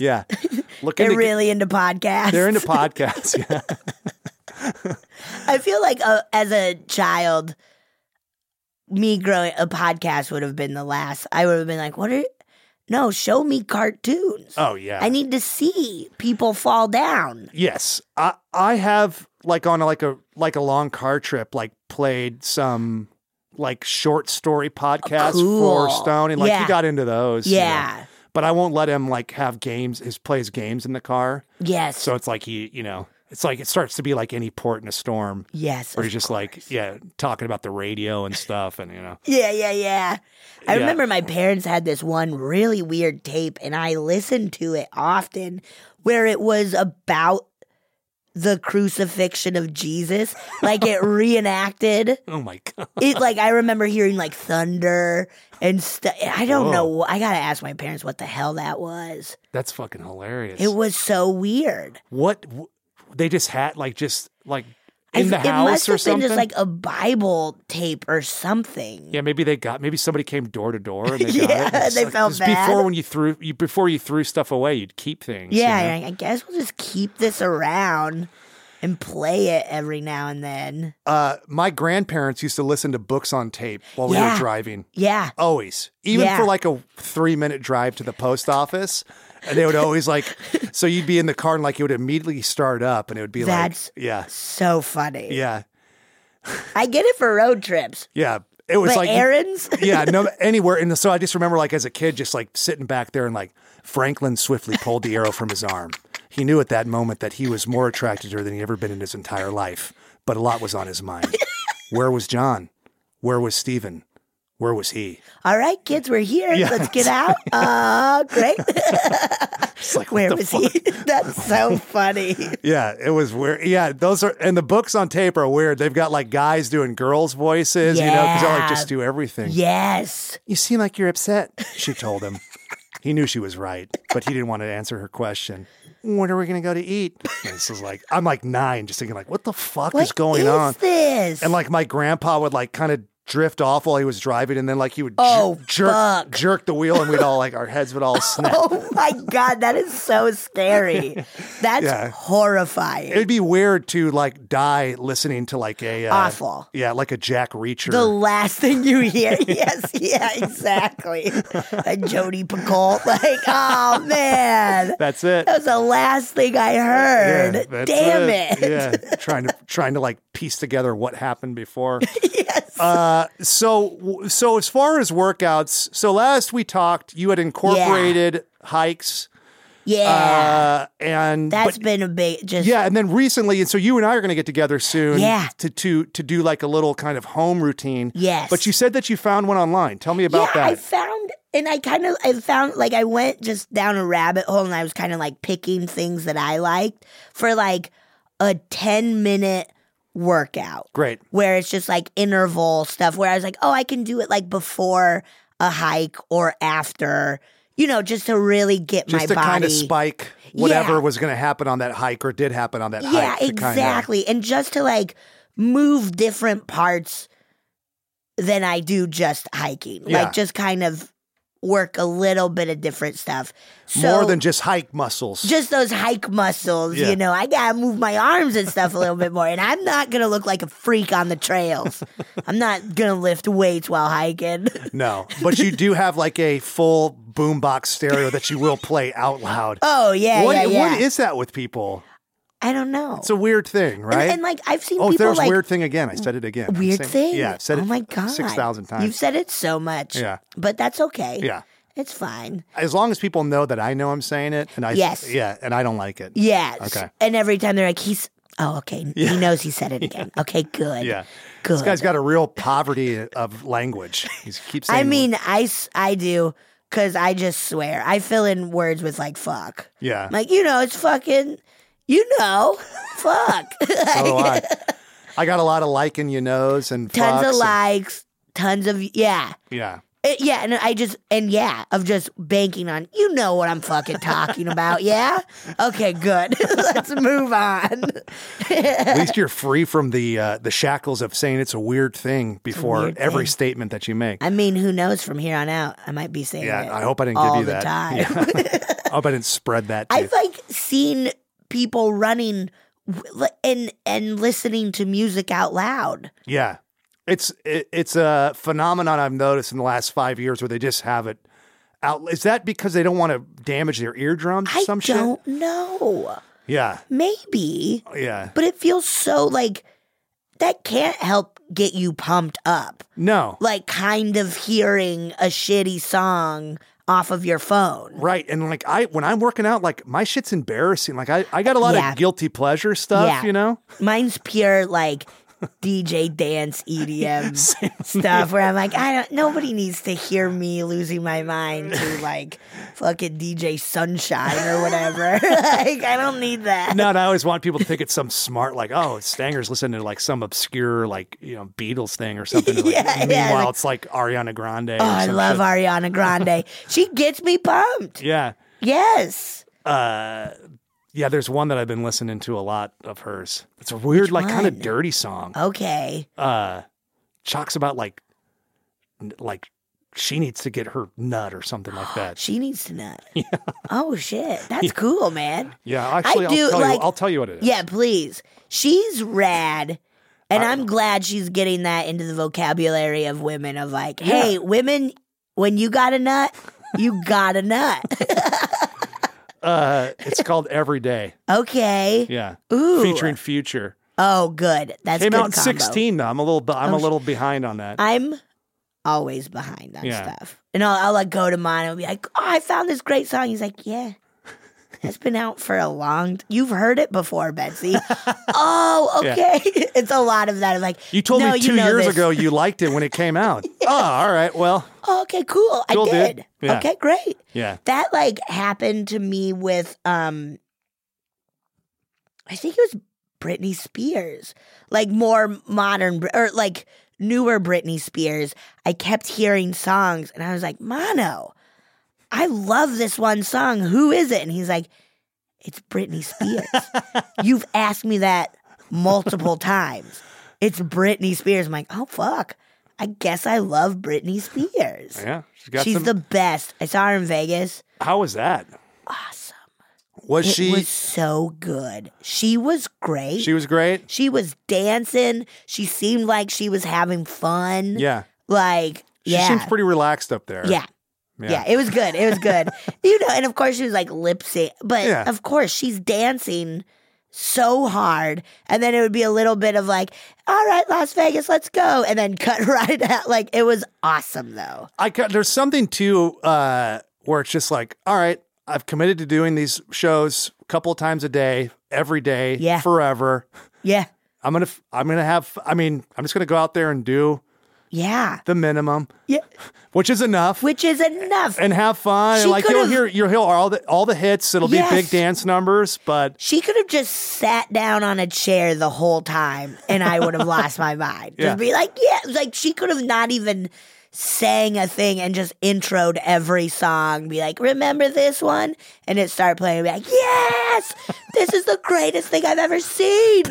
yeah, looking They're to get- really into podcasts. they're into podcasts. Yeah, I feel like uh as a child, me growing a podcast would have been the last. I would have been like, "What are? No, show me cartoons. oh yeah. I need to see people fall down." yes, I I have like on like a like a long car trip, like played some like short story podcasts Oh, Cool. for Stone, and like he Yeah. got into those. you know. Yeah. but I won't let him like have games. His plays games in the car, Yes. so it's like he, you know, it's like it starts to be like any port in a storm. yes. Where he's just like, yeah, talking about the radio and stuff, and you know, Yeah, yeah, yeah. I Yeah. remember my parents had this one really weird tape, and I listened to it often where it was about the crucifixion of Jesus. Like it reenacted. oh my god, It like I remember hearing like thunder and stuff. I don't Whoa. know. I gotta ask my parents what the hell that was. that's fucking hilarious. It was so weird. What w- they just had like just like I in the th- it house must or have been something. just like a Bible tape or something. yeah, maybe they got maybe somebody came door to door and they got Yeah, it. It's they like, felt it's bad. Before when you threw you before you threw stuff away, you'd keep things. you Yeah, know? and I I guess we'll just keep this around and play it every now and then. Uh, my grandparents used to listen to books on tape while we Yeah. were driving. Yeah. Always, even Yeah. for like a three-minute drive to the post office, and they would always like. So you'd be in the car and like it would immediately start up, and it would be That's- like, yeah, So funny. yeah, I get it for road trips. yeah. It was But like errands? yeah, no, anywhere. And so I just remember, like, as a kid, just like sitting back there and like Franklin swiftly pulled the arrow from his arm. He knew at that moment that he was more attracted to her than he'd ever been in his entire life, but a lot was on his mind. Where was John? Where was Stephen? Where was he? All right, kids, we're here. Yeah. Let's get out. Uh, great. It's like, what Where the was fuck? he? That's so funny. Yeah, it was weird. Yeah, those are, and the books on tape are weird. They've got like guys doing girls' voices, you know, because I like Yeah. just do everything. Yes. You seem like you're upset, she told him. he knew she was right, but he didn't want to answer her question. When are we going to go to eat? And this is like, I'm like nine, just thinking like, what the fuck What is going is on? this? And like my grandpa would like kind of drift off while he was driving, and then like he would jer- Oh, jerk fuck. jerk the wheel, and we'd all like our heads would all snap. oh my God, that is so scary. That's Yeah. horrifying. It'd be weird to like die listening to like a uh, Awful. yeah, like a Jack Reacher. The last thing you hear. yes, yeah, exactly. A Jody Picoult. Like, oh man. That's it. That was the last thing I Yeah, heard. that's Damn it. Yeah, trying to trying to like piece together what happened before. yes. Uh, so so as far as workouts, so last we talked, you had incorporated hikes, uh, yeah. and That's but- been a big just yeah, and then recently, and so you and I are going to get together soon, Yeah. to to to do like a little kind of home routine. Yes. but you said that you found one online. Tell me about yeah, I that. found and I kind of I found like I went just down a rabbit hole and I was kind of like picking things that I liked for like a 10 minute workout. Great. where it's just like interval stuff where I was like, oh, I can do it like before a hike or after, you know, just to really get Just my to body. kind of spike whatever Yeah. was going to happen on that hike or did happen on that yeah, hike. to kinda- exactly. And just to like move different parts than I do just hiking. Yeah. Like just kind of work a little bit of different stuff. So More than just hike muscles. just those hike muscles, Yeah. you know. I gotta move my arms and stuff a little bit more, and I'm not gonna look like a freak on the trails. I'm not gonna lift weights while hiking. no, but you do have like a full boombox stereo that you will play out loud. Oh yeah, what, yeah, yeah. what is that with people? I don't know. It's a weird thing, and, right? and, like I've seen oh, people there's like weird thing again. I said it again. I'm weird saying- thing. Yeah, I said it. oh my god, six thousand times. You've said it so much. Yeah. but that's okay. yeah, it's fine. as long as people know that I know I'm saying it, and I Yes. yeah, and I don't like it. Yes. Okay. And every time they're like, he's oh okay, he knows he said it again. Okay, good. Yeah. good. This guy's got a real poverty of language. He keeps saying. I mean, I, s- I do because I just swear. I fill in words with like fuck. yeah. I'm like, you know, it's fucking, you know, fuck. so do Oh, I. I got a lot of liking your nose and fucks tons of and- likes, tons of, yeah. Yeah. It- yeah, and I just, and yeah, of just banking on, you know what I'm fucking talking about, yeah? Okay, good. Let's move on. At least you're free from the uh, the shackles of saying it's a weird thing before weird every thing. statement that you make. I mean, who knows from here on out? I might be saying it yeah, I hope I didn't all give you the that. time. Yeah. I hope I didn't spread that. To you. I've like seen people running w- and and listening to music out loud. Yeah, it's it, it's a phenomenon I've noticed in the last five years where they just have it out. Is that because they don't want to damage their eardrums? or I some don't know. shit. Yeah, Maybe, yeah. but it feels so like that can't help get you pumped up. No, Like kind of hearing a shitty song off of your phone. right. And like I, when I'm working out, like my shit's embarrassing. Like I, I got a lot Yeah. of guilty pleasure stuff. Yeah. You know. Mine's pure like DJ dance EDM stuff where I'm like, I don't nobody needs to hear me losing my mind to like fucking DJ Sunshine or whatever. like I don't need that. No, and I always want people to think it's some smart, like, oh, Stanger's listening to like some obscure, like, you know, Beatles thing or something. Like, Yeah, yeah, meanwhile, like- it's like Ariana Grande. Oh, I love Ariana Grande. she gets me pumped. Yeah. Yes. Uh, yeah, there's one that I've been listening to a lot of hers. It's a weird, like, kind of one? Oh. dirty song. Okay. Uh, talks about like, n- like she needs to get her nut or something like that. She needs to nut. Oh shit. That's cool, man. Yeah, actually, I do, will tell you. like- I'll tell you what it is. Yeah, please. She's rad. And I'm glad she's getting that into the vocabulary of women of like, hey, women, when you got a nut, you got a nut. Uh, it's called Every Day. okay. Yeah, Ooh. featuring Future. Oh, good. That's Came good out in combo. Oh, 16 though. I'm a little. I'm a sh- little behind on that. I'm always behind on Yeah. stuff. And I'll, I'll like go to mine and be like, oh, I found this great song. He's like, yeah. It's been out for a long. T- You've heard it before, Betsy. oh, Yeah. okay. it's a lot of that. I'm like, You told "No, me you two know years this." ago you liked it when it came out. Oh, all right. Well, Oh, okay, cool. Cool, I dude. did. Yeah. Okay, great. yeah. That like happened to me with um I think it was Britney Spears. Like more modern Br- or like newer Britney Spears. I kept hearing songs and I was like, "Mono, I love this one song. Who is it?" And he's like, "It's Britney Spears. You've asked me that multiple times. It's Britney Spears." I'm like, "Oh fuck. I guess I love Britney Spears." Yeah. She's got She's some. the best. I saw her in Vegas. how was that? Awesome. Was It she? was so good. She was great. she was great. She was dancing. She seemed like she was having fun. Yeah. Like, She yeah. seems pretty relaxed up there. yeah. Yeah. yeah. It was good. It was good. you know, and of course she was like lip sync. But Yeah. of course she's dancing so hard. And then it would be a little bit of like, all right, Las Vegas, let's go. And then cut right out. Like, it was awesome though. I ca- there's something too uh, where it's just like, all right, I've committed to doing these shows a couple of times a day, every day, Yeah. forever. Yeah. I'm gonna. f- I'm gonna have. I mean, I'm just gonna go out there and do Yeah. the minimum, Yeah. which is enough. Which is enough. and have fun. She and like you'll could've- hear, you'll hear all the all the hits. It'll Yes. be big dance numbers, but She could have just sat down on a chair the whole time and I would have lost my mind. Yeah. Just be like, yeah, like she could have not even sang a thing and just introed every song, be like, remember this one? And it started playing, be like, yes, this is the greatest thing I've ever seen.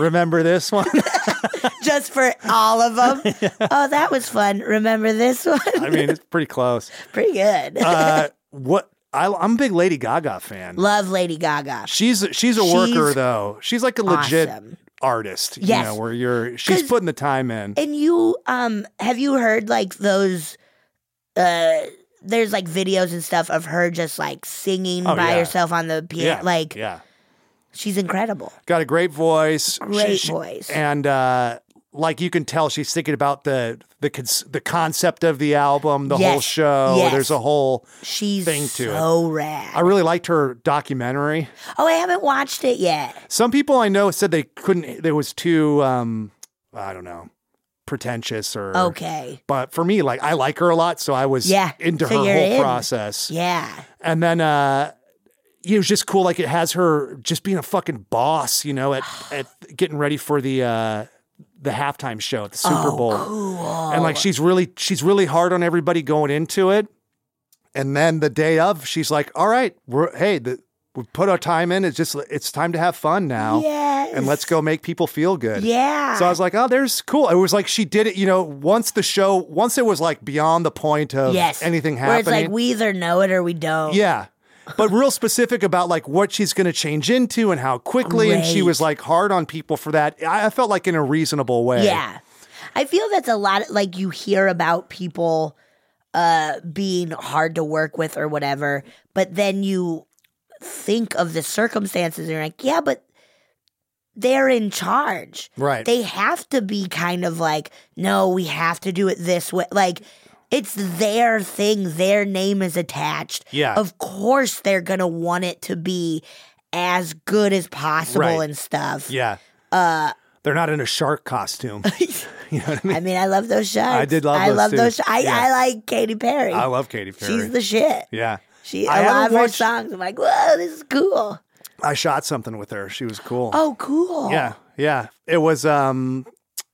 Remember this one? just for all of them. Oh, that was fun. Remember this one? I mean, it's pretty close. Pretty good. Uh, what I, I'm a big Lady Gaga fan. Love Lady Gaga. She's she's a She's worker though. She's like a legit awesome. artist. You Yes. know, where you're she's 'Cause- putting the time in. And you um have you heard like those uh there's like videos and stuff of her just like singing Oh, by yeah. herself on the piano. yeah. Like yeah. she's incredible. Got a great voice. Great voice. And uh like you can tell she's thinking about the the cons- the concept of the album, the whole Yes. show. Yes. There's a whole She's Thing to it. so rad. I really liked her documentary. oh, I haven't watched it yet. Some people I know said they couldn't there was too um I don't know, pretentious or Okay. But for me, like I like her a lot, so I was Yeah. into So her you're whole in. process. Yeah. And then uh it was just cool. Like it has her just being a fucking boss, you know, at at getting ready for the uh the halftime show at the Super Bowl. Oh, Cool. And like she's really she's really hard on everybody going into it. And then the day of, she's like, "All right, we're hey, the, we put our time in. It's just it's time to have fun now, Yes. and let's go make people feel good." Yeah. So I was like, oh, there's cool. It was like she did it, you know, once the show, once it was like beyond the point of yes. anything Where it's happening. like we either know it or we don't. yeah. But real specific about like what she's going to change into and how quickly. And she Great. was like hard on people for that. I, I felt like in a reasonable way. Yeah. I feel that's a lot like you hear about people uh being hard to work with or whatever, but then you think of the circumstances and you're like, yeah, but they're in charge. Right. They have to be kind of like, no, we have to do it this way. Like it's their thing, their name is attached. Yeah. Of course they're going to want it to be as good as possible Right. and stuff. yeah. Uh, They're not in a shark costume. you know what I mean? I mean, I love those shots. I did love I those love too. those. Sh- I Yeah. I like Katy Perry. I love Katy Perry. She's the shit. yeah. She I I love haven't her watched- songs. I'm like, whoa, this is cool. I shot something with her. She was cool. Oh, cool. Yeah, yeah. It was um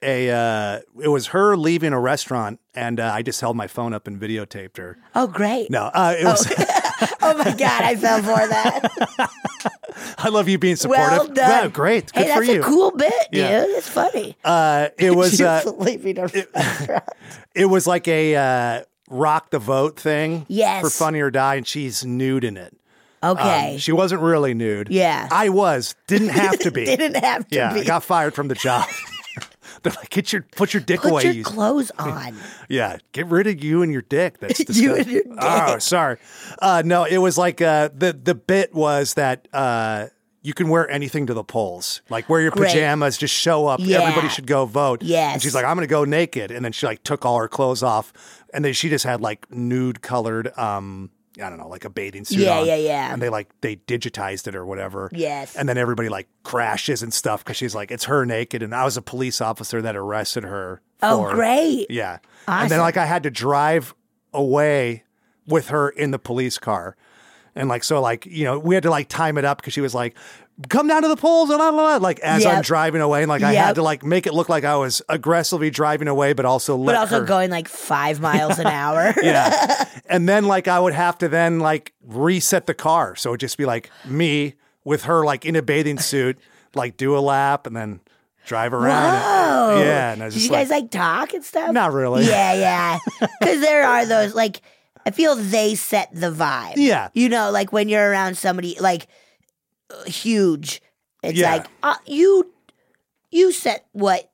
a uh it was her leaving a restaurant and uh, I just held my phone up and videotaped her. Oh, great. No, uh it was Oh my god, I fell for that. I love you being supportive. well done. Yeah, great. Good hey, for that's you. a cool bit, dude. Yeah. It's funny. uh it was She's uh leaving her restaurant. it was like a uh rock the vote thing Yes. for funny or die and she's nude in it. Um, Okay. she wasn't really nude. Yeah. I was. Didn't have to be. Didn't have to yeah, be. I got fired from the job. They're like, get your put your dick Put away. your you clothes on. Yeah, get rid of you and your dick. That's disgusting. You and your Oh, sorry. Uh, no, it was like uh, the the bit was that uh, you can wear anything to the polls, like wear your Great. pajamas, just show up. Yeah. Everybody should go vote. Yes. And she's like, I'm gonna go naked, and then she like took all her clothes off, and then she just had like nude colored. um I don't know, like a bathing suit. Yeah, on. yeah, yeah. And they like they digitized it or whatever. Yes. And then everybody like crashes and stuff because she's like, it's her naked. And I was a police officer that arrested her. Oh, for- great. yeah. And then Awesome. like I had to drive away with her in the police car. And like so like, you know, we had to like time it up because she was like, come down to the polls and blah, blah, blah, like as I'm Yep. driving away. And like I had Yep. to like make it look like I was aggressively driving away, but also let But also her- going like five miles an hour. Yeah. and then like I would have to then like reset the car. So it'd just be like me with her like in a bathing suit, like do a lap and then drive around. Oh. Yeah. And I was Did just you like, guys like talk and stuff? not really. Yeah, yeah. Because there are those like I feel they set the vibe. Yeah. you know, like when you're around somebody like uh, huge, it's Yeah. like uh, you you set what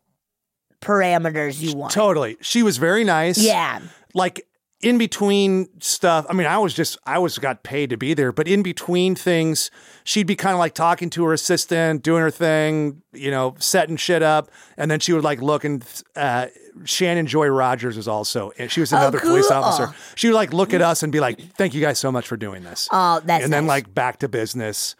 parameters you want. Totally. She was very nice. Yeah, Like in between stuff, I mean, I was just, I was got paid to be there, but in between things, she'd be kind of like talking to her assistant, doing her thing, you know, setting shit up. And then she would like look and, uh, Shannon Joy Rogers was also, and she was another police Oh, cool. officer. She would like look at us and be like, thank you guys so much for doing this. oh, that's and then nice. like back to business.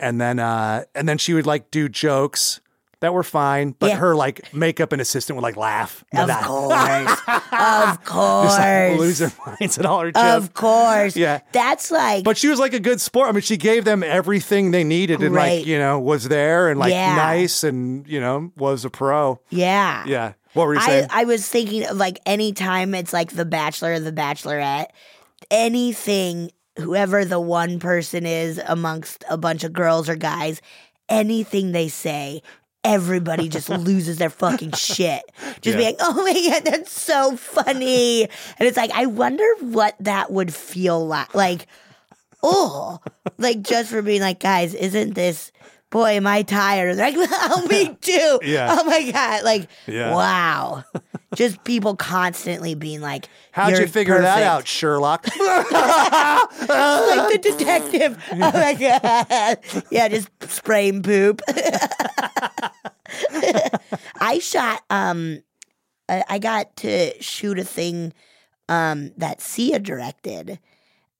And then, uh, and then she would like do jokes. That were fine, but Yeah. her like makeup and assistant would like laugh. of course, of course, Just, like, lose their minds at all her jokes. of course, Yeah. That's like but she was like a good sport. I mean, she gave them everything they needed and like, Great. you know, was there and like Yeah. nice and, you know, was a pro. yeah, Yeah. What were you I, uh, saying? I was thinking of like any time it's like The Bachelor, The Bachelorette, anything, whoever the one person is amongst a bunch of girls or guys, anything they say, everybody just loses their fucking shit. Just be Yeah. like, oh my God, that's so funny. And it's like, I wonder what that would feel like. Like, oh, like just for being like, guys, isn't this. Boy, am I tired? They're like, oh, me too. Yeah. Oh my god! Like, Yeah. wow, just people constantly being like, How'd "You're you figure that perfect." out, Sherlock? Like the detective. Oh my god! Yeah, just spraying poop. I shot. Um, I I got to shoot a thing, um, that Sia directed,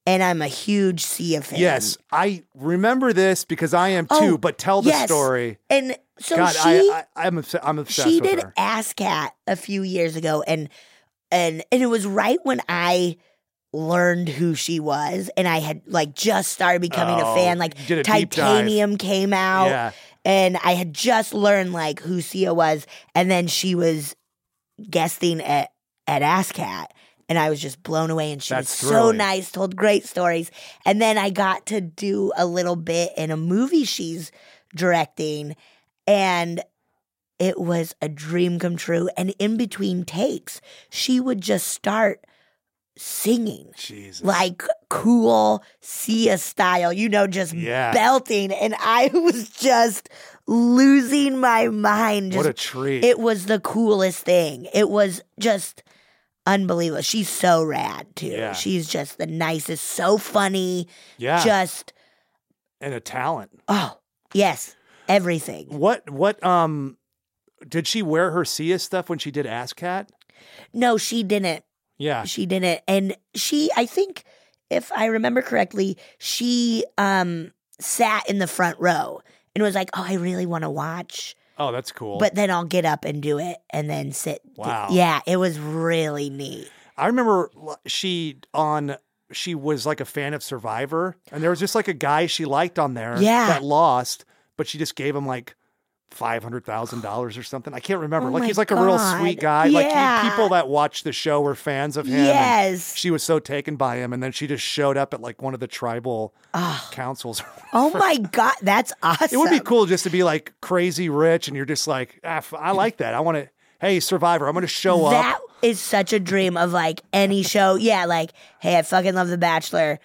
and I'm a huge Sia fan. yes, I remember this because I am too. Oh, but tell the yes. story. and so God, she. I, I, I'm obs- I'm obsessed she with did her. ASCAT a few years ago, and and and it was right when I learned who she was, and I had like just started becoming Oh, a fan. Like you did a deep dive. Titanium came out, Yeah, and I had just learned like who Sia was, and then she was guesting at at ASCAT. And I was just blown away, and she That's was so thrilling. nice, told great stories. And then I got to do a little bit in a movie she's directing, and it was a dream come true. And in between takes, she would just start singing Jesus. like cool Sia style, you know, just Yeah. belting. And I was just losing my mind. what Just, a treat. it was the coolest thing. It was just unbelievable. She's so rad, too. Yeah. She's just the nicest, so funny, yeah, just, and a talent. oh, yes, everything. What what um did she wear her Sia stuff when she did Ass Cat? No, she didn't. Yeah. She didn't. And she, I think, if I remember correctly, she um sat in the front row and was like, "Oh, I really want to watch, Oh, that's cool. but then I'll get up and do it, and then sit." Wow. Yeah, it was really neat. I remember l- she on she was like a fan of Survivor, and there was just like a guy she liked on there Yeah. that lost, but she just gave him like five hundred thousand dollars or something. I can't remember. Oh like my he's like a real sweet guy. God. Like Yeah. he, people that watched the show were fans of him. and yes. She was so taken by him, and then she just showed up at like one of the tribal Oh, councils. oh my god, that's awesome. It would be cool just to be like crazy rich, and you're just like, ah, f- I like that. I want to. Hey, Survivor, I'm going to show That up. is such a dream of like any show. Yeah, like, hey, I fucking love The Bachelor.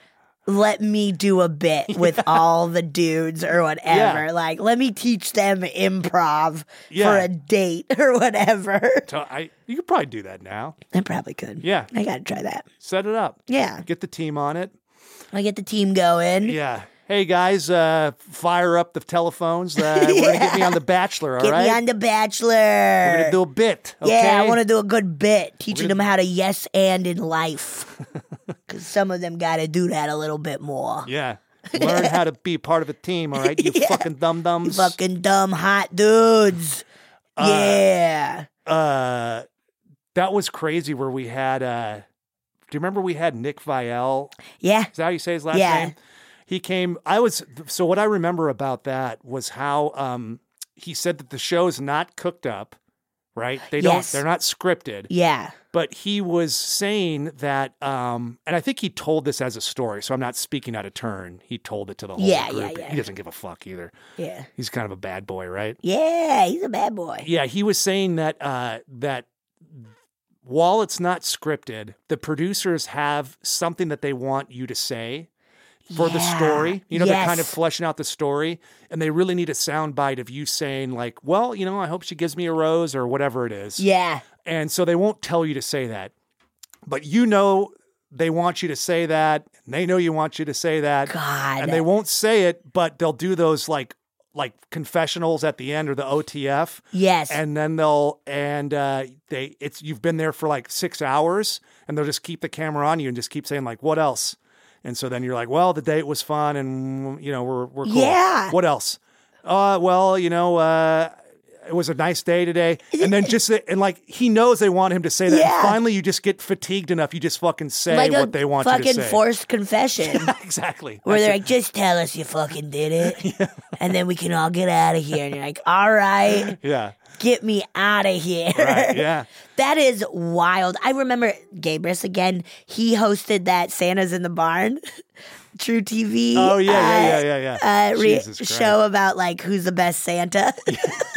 Let me do a bit with all the dudes or whatever. Yeah. Like, let me teach them improv for Yeah. a date or whatever. To, I, you could probably do that now. I probably could. Yeah. I gotta try that. Set it up. Yeah. Get the team on it. I get the team going. Yeah. Hey guys, uh, fire up the telephones. Uh, We're gonna get me on the Bachelor. all Get me right? on The We're Bachelor. gonna do a bit. Okay? Yeah, I want to do a good bit teaching gonna- them how to yes and in life. Because some of them gotta do that a little bit more. Yeah. Learn how to be part of a team. All right, you fucking dum dums. fucking dumb hot dudes. yeah. uh, that was crazy. Where we had. Uh, do you remember we had Nick Vielle Yeah. Is that how you say his last Yeah. name? He came. I was so. What I remember about that was how um, he said that the show's not cooked up, right? They don't. Yes. They're not scripted. Yeah. But he was saying that, um, and I think he told this as a story. So I'm not speaking out of turn. He told it to the whole Yeah, yeah, group. yeah. He doesn't give a fuck either. Yeah. He's kind of a bad boy, right? Yeah. He's a bad boy. Yeah, he was saying that uh, that while it's not scripted, the producers have something that they want you to say for the Yeah. story. You know, they're kind of Yes. fleshing out the story, and they really need a soundbite of you saying like, "Well, you know, I hope she gives me a rose" or whatever it is. Yeah. And so they won't tell you to say that, but you know they want you to say that. And they know you want you to say that God. and they won't say it, but they'll do those like like confessionals at the end or the OTF, yes. and then they'll and uh, they it's you've been there for like six hours, and they'll just keep the camera on you and just keep saying like what else, and so then you're like, well, the date was fun, and you know we're we're cool. Yeah. What else? Uh, well, you know, uh, it was a nice day today. And then just, and like, he knows they want him to say that. Yeah. And finally, you just get fatigued enough. You just fucking say like a what they want you fucking to say. forced confession. exactly. Where That's they're it. like, just tell us you fucking did it, and then we can all get out of here. And you're like, all right, yeah. get me out of here. Right. Yeah. That is wild. I remember Gabrus again. He hosted that Santa's in the Barn, True TV. Oh, yeah, yeah, yeah, uh, yeah, yeah. Uh, re- Jesus Christ. show about like who's the best Santa.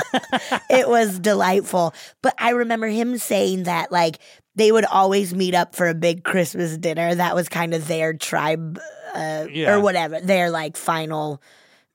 it was delightful. But I remember him saying that like they would always meet up for a big Christmas dinner. That was kind of their tribe uh, Yeah. or whatever, their like final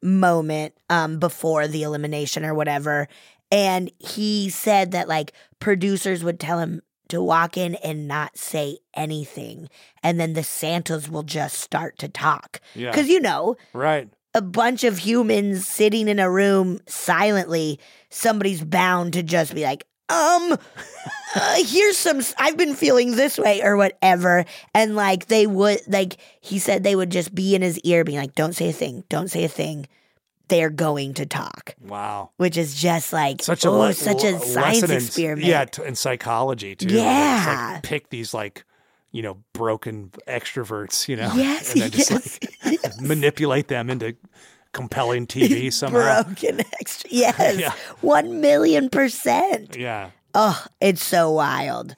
moment um, before the elimination or whatever. And he said that like producers would tell him to walk in and not say anything. And then the Santas will just start to talk. Yeah. Because, you know, Right. a bunch of humans sitting in a room silently, somebody's bound to just be like, um, uh, here's some, s- I've been feeling this way or whatever. And like they would, like he said, they would just be in his ear being like, don't say a thing, don't say a thing. They're going to talk, Wow. which is just like, Such a oh, le- such a le- science lesson in- experiment. Yeah, t- in psychology too. Like, it's like, Yeah. pick these like you know broken extroverts. You know, Yes, and then just yes, like manipulate them into compelling TV somehow. Broken extra. Yes. Yeah. One million percent. Yeah. Oh, it's so wild.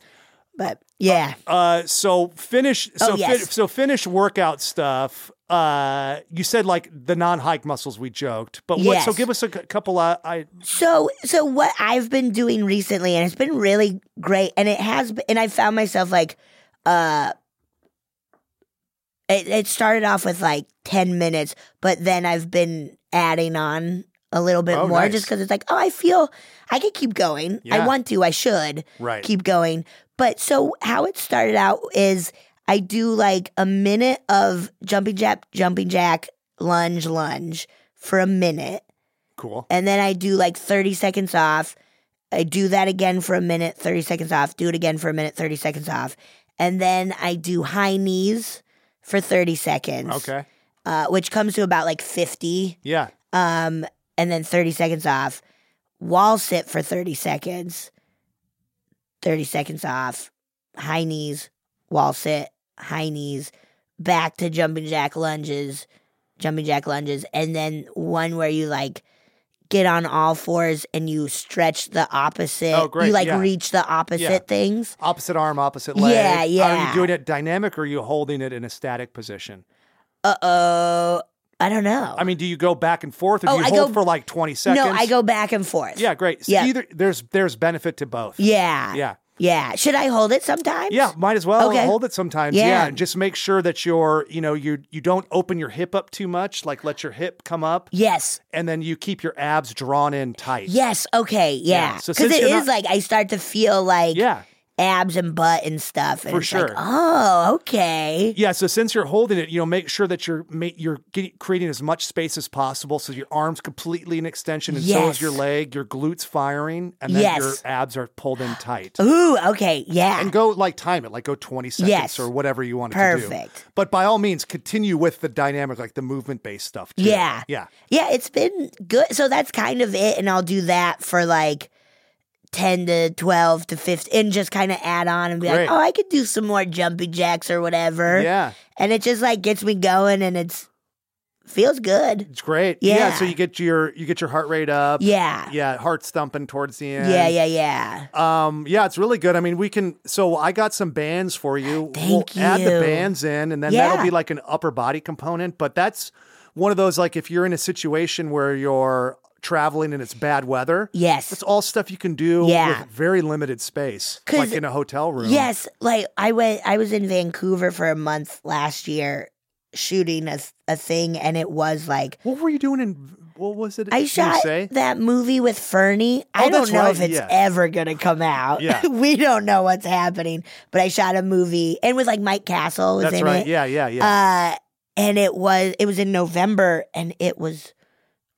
But yeah. Uh, so finish. So Oh, yes. fin- so finish workout stuff. Uh, you said like the non-hike muscles we joked, but what? So Yes. give us a c- couple. Uh, I So, so what I've been doing recently, and it's been really great, and it has, b- and I found myself like, uh, it, it started off with like ten minutes, but then I've been adding on a little bit Oh, more, nice. just because it's like, oh, I feel I could keep going. Yeah. I want to. I should right. keep going. But so how it started out is I do like a minute of jumping jack, jumping jack, lunge, lunge for a minute cool. and then I do like 30 seconds off. I do that again for a minute, 30 seconds off. Do it again for a minute, 30 seconds off. And then I do high knees for 30 seconds. Okay. Uh, which comes to about like 50. Yeah. Um, and then 30 seconds off. Wall sit for 30 seconds. 30 seconds off. High knees, wall sit, high knees, back to jumping jack lunges, jumping jack lunges, and then one where you like get on all fours and you stretch the opposite. Oh, great, You like yeah. reach the opposite Yeah. things. Opposite arm, opposite leg. Yeah, Are you yeah. doing it dynamic or are you holding it in a static position? Uh oh. I don't know. I mean, do you go back and forth or do Oh, you I hold go- for like 20 seconds? No, I go back and forth. Yeah, great. So Yeah. Either there's there's benefit to both. Yeah. Yeah. Yeah. Should I hold it sometimes? Yeah, might as well Okay. hold it sometimes. Yeah. and just make sure that you're, you know, you you don't open your hip up too much, like let your hip come up Yes. and then you keep your abs drawn in tight. Yes. Okay. Yeah, Yeah. so Because since it you're is like I start to feel like Yeah. abs and butt and stuff. And For it's like, sure. oh, okay. Yeah, so since you're holding it, you know, make sure that you're ma- you're get, creating as much space as possible, so your arms completely in extension, and so is Yes. your leg. Your glutes firing, and then Yes. your abs are pulled in tight. Ooh. Okay. Yeah. And go like time it, like go twenty seconds Yes. or whatever you want to do. Perfect. But by all means, continue with the dynamic, like the movement based stuff. Too. Yeah. yeah, Yeah. It's been good. So that's kind of it, and I'll do that for like. 10 to 12 to 15 and just kind of add on and be Great. like oh i could do some more jumpy jacks or whatever yeah. and it just like gets me going and it's feels good It's great. Yeah. So you get your you get your heart rate up. yeah Yeah, heart's thumping towards the end. yeah yeah yeah Um, yeah, it's really good. I mean, we can. So I got some bands for you. Thank we'll Add the you. bands in, and then that'll Yeah. be like an upper body component. But that's one of those like if you're in a situation where you're traveling and it's bad weather. yes That's all stuff you can do Yeah. with very limited space, 'Cause- like in a hotel room. Yes, like I went. I was in Vancouver for a month last year, shooting a a thing, and it was like What were you doing in? What was it? I you shot say? that movie with Fernie. Oh, I that's don't know right, if it's yeah. ever gonna come out. Yeah. we don't know what's happening. But I shot a movie, and with like Mike Castle was That's in right. it. Yeah, yeah, yeah. Uh, and it was it was in November, and it was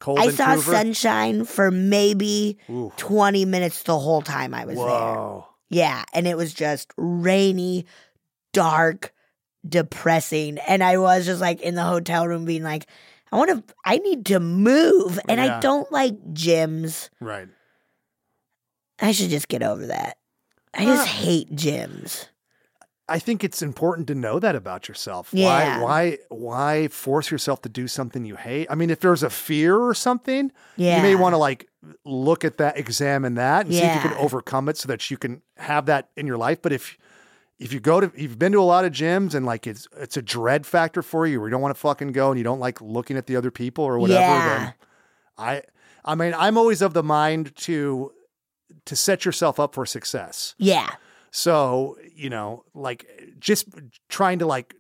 Cold I and saw Vancouver. sunshine for maybe Ooh. twenty minutes the whole time I was there. Whoa. Yeah, and it was just rainy, dark, depressing, and I was just like in the hotel room being like I want to I need to move and Yeah. I don't like gyms. Right. I should just get over that. I just Ah. hate gyms. I think it's important to know that about yourself. Why Yeah. why why force yourself to do something you hate? I mean, if there's a fear or something, Yeah. you may want to like look at that, examine that, and see if you Yeah. can overcome it so that you can have that in your life. But if if you go to you've been to a lot of gyms and like it's it's a dread factor for you where you don't want to fucking go and you don't like looking at the other people or whatever, Yeah. then I I mean, I'm always of the mind to to set yourself up for success. Yeah. So, you know, like just trying to like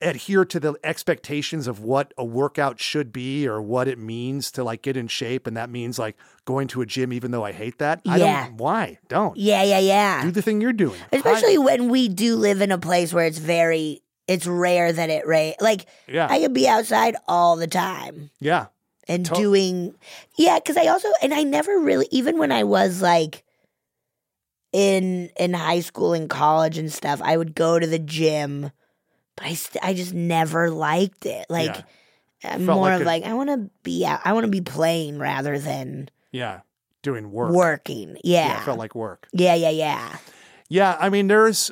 adhere to the expectations of what a workout should be or what it means to like get in shape. And that means like going to a gym, even though I hate that. I Yeah. don't, why? Don't Yeah, yeah, yeah. do the thing you're doing. Especially I- when we do live in a place where it's very it's rare that it rain. Like yeah. I could be outside all the time. yeah. and To- doing yeah because i also and i never really even when i was like in in high school and college and stuff i would go to the gym but i st- i just never liked it like Yeah. i'm Felt more like of a- like i want to be out i want to be playing rather than Yeah. Doing work. working yeah yeah. It felt like work. yeah yeah yeah Yeah, I mean, there's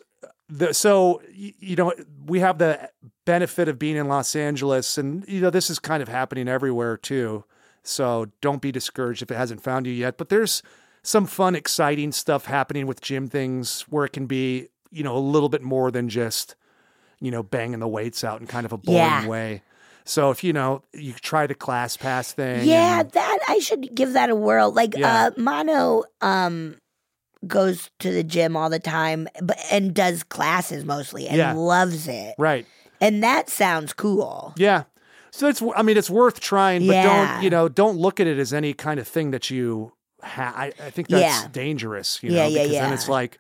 the so y- you know we have the benefit of being in Los Angeles, and you know this is kind of happening everywhere too. So don't be discouraged if it hasn't found you yet. But there's some fun, exciting stuff happening with gym things where it can be you know a little bit more than just you know banging the weights out in kind of a boring Yeah. way. So if you know you try the class pass thing, yeah and- that i should give that a whirl like Yeah. uh mono um goes to the gym all the time but and does classes mostly and Yeah. loves it right. And that sounds cool. Yeah. So it's, I mean, it's worth trying, but Yeah. don't, you know, don't look at it as any kind of thing that you ha- I, I think that's Yeah. dangerous, you know, Yeah, yeah, because then yeah. it's like,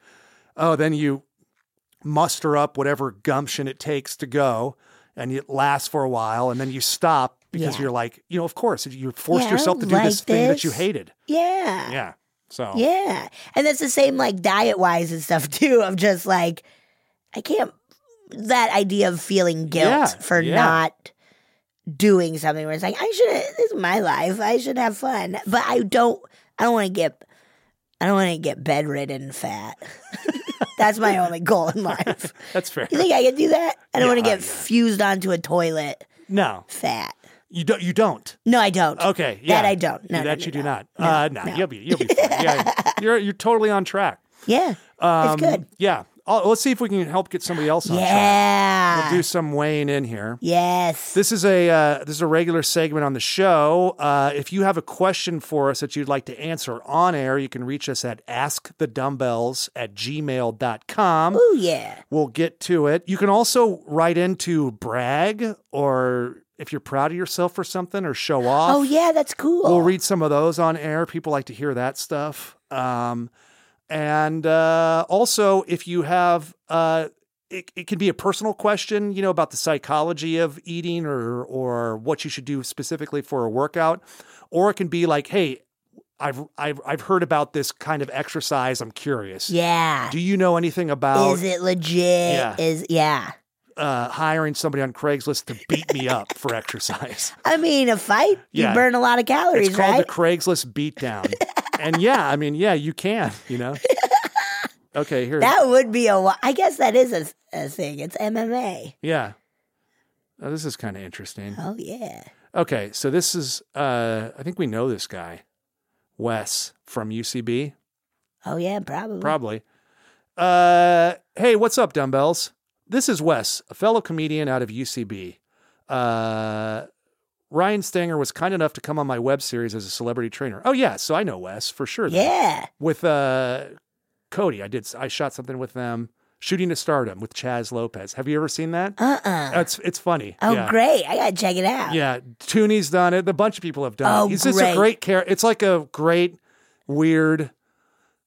oh, then you muster up whatever gumption it takes to go and it lasts for a while and then you stop because Yeah. you're like, you know, of course, you forced Yeah, I yourself to don't do this like thing that you this. hated. Yeah. Yeah. So, Yeah. And that's the same like diet wise and stuff too, of just like I can't that idea of feeling guilt Yeah, for yeah. not doing something where it's like, I should this is my life. I should have fun. But I don't I don't wanna get I don't wanna get bedridden fat. that's my only goal in life. that's fair. You think I can do that? I don't Yeah, want to oh, get yeah. fused onto a toilet No, fat. you don't, you don't. No, I don't. Okay. Yeah. I don't. No, no, that no, you do no. not. No, uh, no, no. you'll be, you'll be fine. Yeah. You're, you're totally on track. Yeah. Um, good. Yeah. I'll, let's see if we can help get somebody else on track. Yeah. We'll do some weighing in here. Yes. This is a uh, this is a regular segment on the show. Uh, if you have a question for us that you'd like to answer on air, you can reach us at askthedumbbells at gmail.com. Oh yeah. We'll get to it. You can also write in to brag or if you're proud of yourself or something or show off. Oh yeah, that's cool. We'll read some of those on air. People like to hear that stuff. Um, and uh, also, if you have, uh, it, it can be a personal question, you know, about the psychology of eating or or what you should do specifically for a workout, or it can be like, hey, I've I've I've heard about this kind of exercise. I'm curious. yeah. Do you know anything about Is it legit? Yeah. Is yeah. uh, hiring somebody on Craigslist to beat me up for exercise? I mean, a fight Yeah. you burn a lot of calories, It's called right? the Craigslist beatdown. and yeah, I mean, yeah, you can, you know. Okay, here. that would be a. wa- I guess that is a, a thing. It's MMA. yeah. Oh, this is kind of interesting. Oh yeah. Okay, so this is uh I think we know this guy. Wes from UCB, Oh yeah. Probably. probably. Uh hey, what's up dumbbells? This is Wes, a fellow comedian out of UCB. Uh Ryan Stanger was kind enough to come on my web series as a celebrity trainer. Oh yeah, so I know Wes for sure. then. yeah. with uh Cody. I did I shot something with them, shooting to stardom with Chaz Lopez. Have you ever seen that? Uh uh It's it's funny. Oh yeah. great! I gotta check it out. Yeah, Tooney's done it. A bunch of people have done Oh, it. He's just a great. great character. It's like a great, weird,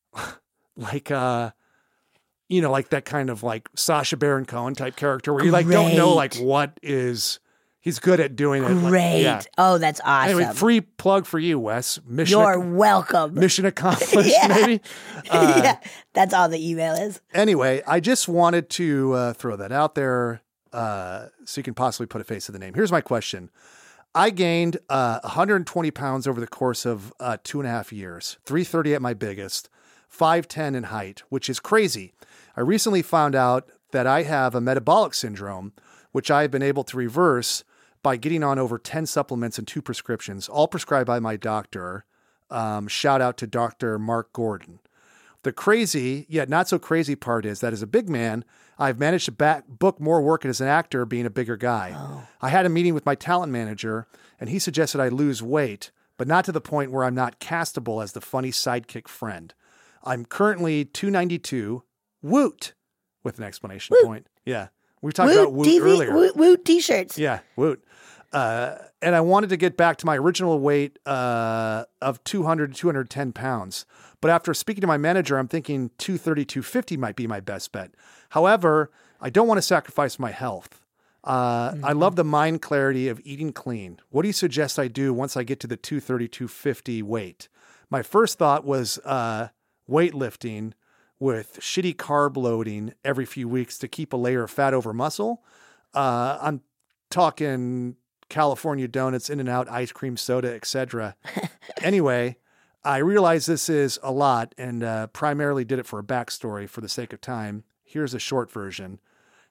like uh, you know, like that kind of like Sasha Baron Cohen type character where you like don't know like Great. what is. He's good at doing it. like- Great. yeah. Oh, that's awesome. Anyway, free plug for you, Wes. Mission You're welcome. mission accomplished. Yeah. Maybe. Uh, yeah. That's all the email is. anyway, I just wanted to uh, throw that out there uh, so you can possibly put a face to the name. Here's my question. I gained uh, 120 pounds over the course of uh, two and a half years, 330 at my biggest, 5'10 in height, which is crazy. I recently found out that I have a metabolic syndrome, which I've been able to reverse by getting on over 10 supplements and two prescriptions, all prescribed by my doctor. Um, shout out to Dr. Mark Gordon. The crazy, yet not so crazy part is that as a big man, I've managed to back, book more work as an actor being a bigger guy. Oh. I had a meeting with my talent manager, and he suggested I lose weight, but not to the point where I'm not castable as the funny sidekick friend. I'm currently 292, woot, with an explanation point. Yeah. We talked about woot Woot TV, earlier. Woot, Woot t-shirts. Yeah, woot. Uh, and I wanted to get back to my original weight uh, of 200 to 210 pounds. But after speaking to my manager, I'm thinking 230, 250 might be my best bet. However, I don't want to sacrifice my health. Uh, I love the mind clarity of eating clean. What do you suggest I do once I get to the 230, 250 weight? My first thought was uh, weightlifting with shitty carb loading every few weeks to keep a layer of fat over muscle. Uh, I'm talking California donuts, In and Out, ice cream, soda, etc. anyway, I realize this is a lot and uh, primarily did it for a backstory for the sake of time. Here's a short version.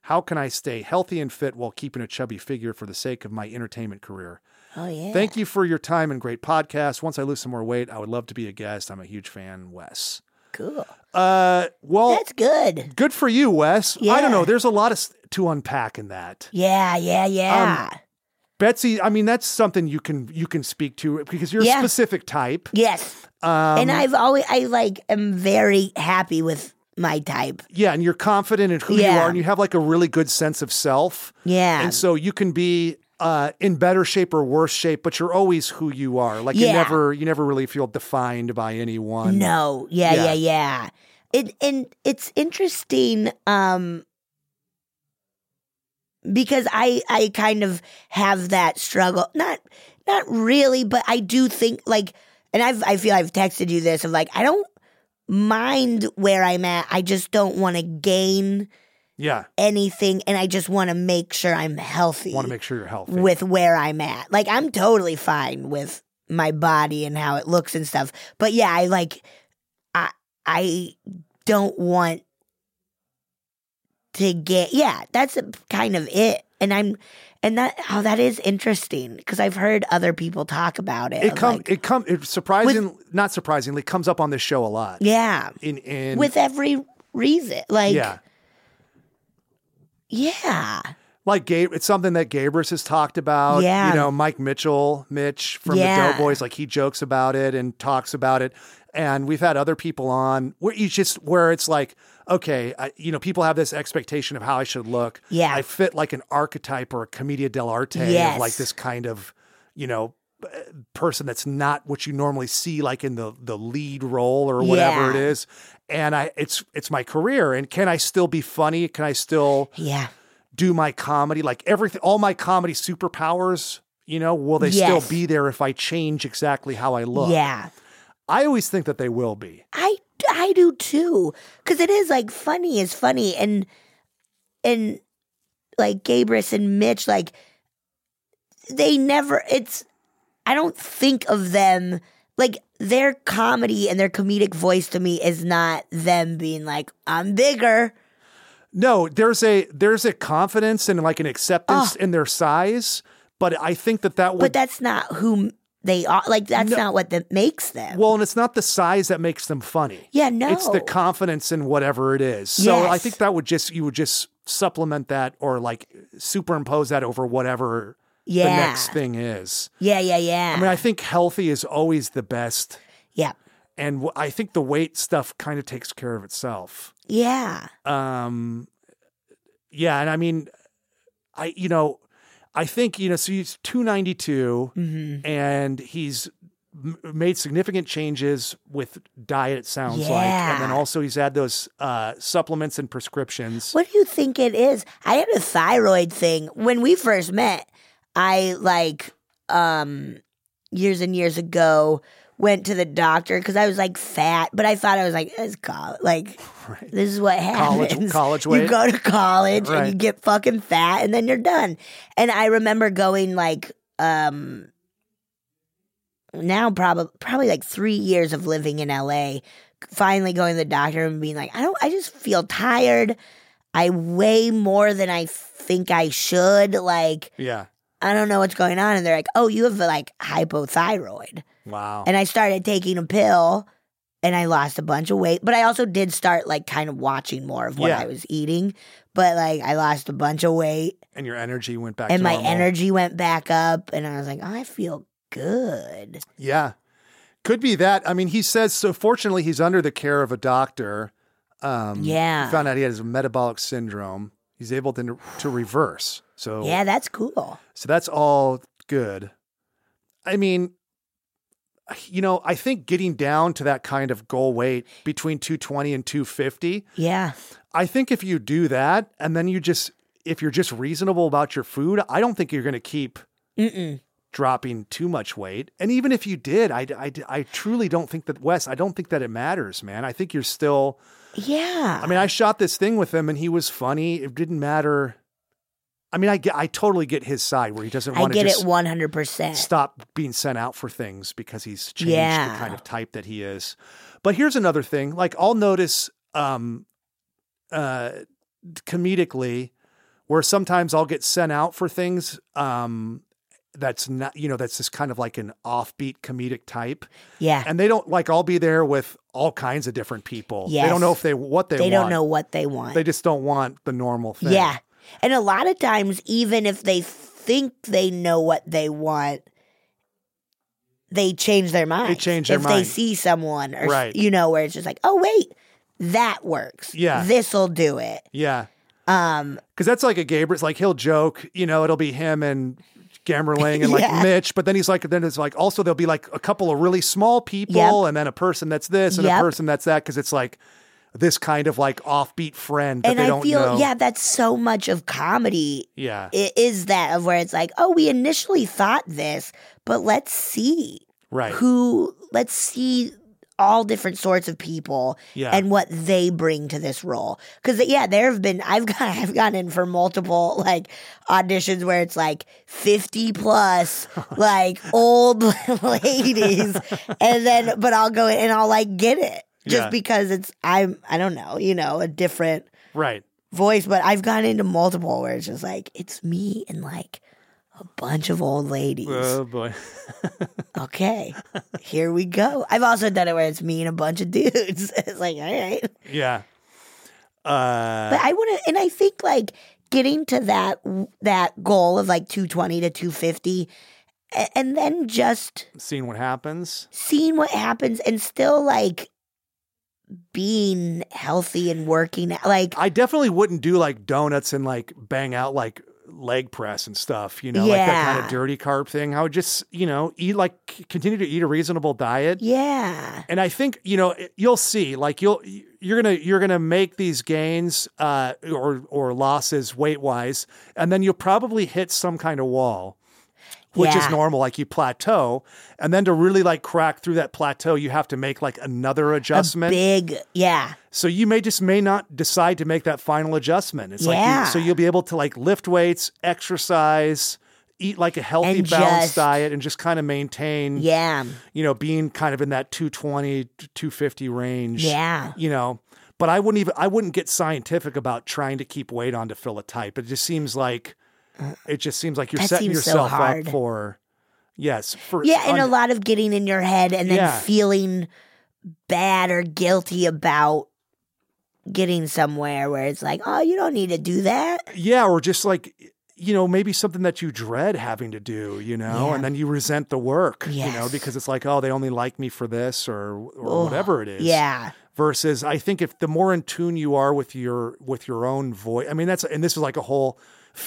How can I stay healthy and fit while keeping a chubby figure for the sake of my entertainment career? Oh yeah. Thank you for your time and great podcast. Once I lose some more weight, I would love to be a guest. I'm a huge fan, Wes. cool. Uh, well, That's good. good for you, Wes. I Yeah. don't know. There's a lot of s- to unpack in that. Yeah, yeah, yeah. Um, Betsy, I mean that's something you can you can speak to because you're Yeah. a specific type. yes. Um, and I've always I like am very happy with my type. yeah, and you're confident in who you Yeah. are, and you have like a really good sense of self, Yeah. and so you can be uh, in better shape or worse shape, but you're always who you are. Like you Yeah. never you never really feel defined by anyone. No, yeah, Yeah. yeah, yeah. It and it's interesting um because I I kind of have that struggle. Not not really, but I do think like and I've I feel I've texted you this of like I don't mind where I'm at. I just don't want to gain Yeah, anything and I just want to make sure I'm healthy want to make sure you're healthy. with where I'm at. Like I'm totally fine with my body and how it looks and stuff. But yeah, I like I I don't want to get yeah, that's kind of it. And I'm and that how that is interesting because I've heard other people talk about it. it of, come like- it come it surprising not surprisingly comes up on this show a lot. yeah, In in with every reason. Like yeah. yeah. like Gabe, it's something that Gabrus has talked about. Yeah. You know, Mike Mitchell, Mitch from Yeah. the Doughboys, like he jokes about it and talks about it. And we've had other people on where you just, where it's like, okay, I, you know, people have this expectation of how I should look. Yeah. I fit like an archetype or a commedia dell'arte of Yes. like this kind of, you know, uh, person that's not what you normally see like in the the lead role or whatever Yeah. it is and i it's it's my career and can i still be funny can i still Yeah. do my comedy like everything all my comedy superpowers you know will they Yes. still be there if i change exactly how i look Yeah. i always think that they will be I, I do too. Because it is like funny is funny. And, and like Gabrus and Mitch, like they never, it's, I don't think of them like their comedy and their comedic voice to me is not them being like, I'm bigger. no there's a there's a confidence and like an acceptance in their size but i think that that Ah. But would that's not who they are. Like, that's No. not what that makes them. well and it's not the size that makes them funny yeah, no. it's the confidence in whatever it is so i Yes. think that would just you would just supplement that or like superimpose that over whatever yeah. the next thing is Yeah, yeah, yeah. i mean i think healthy is always the best yeah. and wh- I think the weight stuff kind of takes care of itself. Yeah. Um, yeah, and I mean, I you know, I think you know, so he's two ninety two, hmm and he's m- made significant changes with diet. It sounds like, and then Yeah. also he's had those uh, supplements and prescriptions. What do you think it is? I had a thyroid thing when we first met. I like um years and years ago went to the doctor because I was like fat, but I thought I was like it's college. Like Right. this is what College- happens. college You weight. go to college and Right. you get fucking fat, and then you're done. And I remember going like um now probably probably like three years of living in LA finally going to the doctor and being like, I don't, I just feel tired. I weigh more than I think I should. Like, Yeah. I don't know what's going on. And they're like, oh, you have like hypothyroid. Wow. And I started taking a pill and I lost a bunch of weight. But I also did start like kind of watching more of what Yeah. I was eating. But like I lost a bunch of weight And your energy went back and to my normal. energy went back up. And I was like, I feel good. Yeah. Could be that. I mean, he says so fortunately he's under the care of a doctor. Um Yeah. he found out he has a metabolic syndrome. He's able to to reverse. So Yeah, that's cool. so that's all good. I mean, you know, I think getting down to that kind of goal weight between 220 and 250, Yeah. I think if you do that and then you just if you're just reasonable about your food, I don't think you're going to keep Mm-mm. dropping too much weight. And even if you did, I, I, I truly don't think that, Wes, I don't think that it matters, man. I think you're still, Yeah. I mean, I shot this thing with him and he was funny. It didn't matter. I mean, I, get, I totally get his side where he doesn't I want to get it just 100%. stop being sent out for things because he's changed the Yeah. kind of type that he is. But here's another thing. Like I'll notice um uh comedically where sometimes I'll get sent out for things um that's not you know that's just kind of like an offbeat comedic type Yeah. and they don't like I'll be there with all kinds of different people. They don't Yes. know if they what they, They, don't want. know what they want. They just don't want the normal thing. Yeah. And a lot of times, even if they think they know what they want, they change their mind. change their if they mind. see someone or, s- Right. you know, where it's just like, oh, wait, that works. Yeah. This'll do it. Yeah. Um, Because that's like a Gabriel. It's like he'll joke, you know, it'll be him and Gamerling and like Yeah. Mitch, but then he's like, then it's like also there'll be like a couple of really small people Yep. and then a person that's this and a Yep. person that's that because it's like this kind of like offbeat friend that and they I don't feel, know. yeah, that's so much of comedy Yeah. i- is that of where it's like, oh, we initially thought this, but let's see Right. who, let's see all different sorts of people yeah. and what they bring to this role. Because yeah, there have been I've got I've gotten in for multiple like auditions where it's like fifty plus like old ladies, and then but I'll go in and I'll like get it just Yeah. because it's I'm I don't know you know a different right. voice, but I've gotten into multiple where it's just like it's me and like a bunch of old ladies. boy. Okay, here we go. I've also done it where it's me and a bunch of dudes. it's like all right. Yeah. Uh, But I want to, and I think like getting to that that goal of like 220 to 250, a- and then just seeing what happens. seeing what happens, and still like being healthy and working. out. Like I definitely wouldn't do like donuts and like bang out like leg press and stuff, you know, like that kind Yeah. of dirty carb thing. I would just, you know, eat like c- continue to eat a reasonable diet. yeah, And I think, you know, it- you'll see like you'll you're going to you're going to make these gains uh or or losses weight-wise and then you'll probably hit some kind of wall. Which is Yeah. normal, like you plateau. And then to really like crack through that plateau, you have to make like another adjustment. big, yeah, So you may just may not decide to make that final adjustment. It's Yeah. like you, so you'll be able to like lift weights, exercise, eat like a healthy And balanced just- diet and just kind of maintain yeah, you know being kind of in that 220 to 250 range. yeah. You know, but I wouldn't even I wouldn't get scientific about trying to keep weight on to fill a type. It just seems like it just seems like you're Uh, That setting seems so yourself up hard. for yes, for Yeah, and a un- lot of getting in your head and then Yeah. feeling bad or guilty about getting somewhere where it's like, oh, you don't need to do that. Yeah, or just like you know, maybe something that you dread having to do, you know, Yeah. and then you resent the work, you know, Yes. because it's like, oh, they only like me for this or or Ugh. whatever it is. Yeah. Versus, I think if the more in tune you are with your with your own voice, I mean, that's and this is like a whole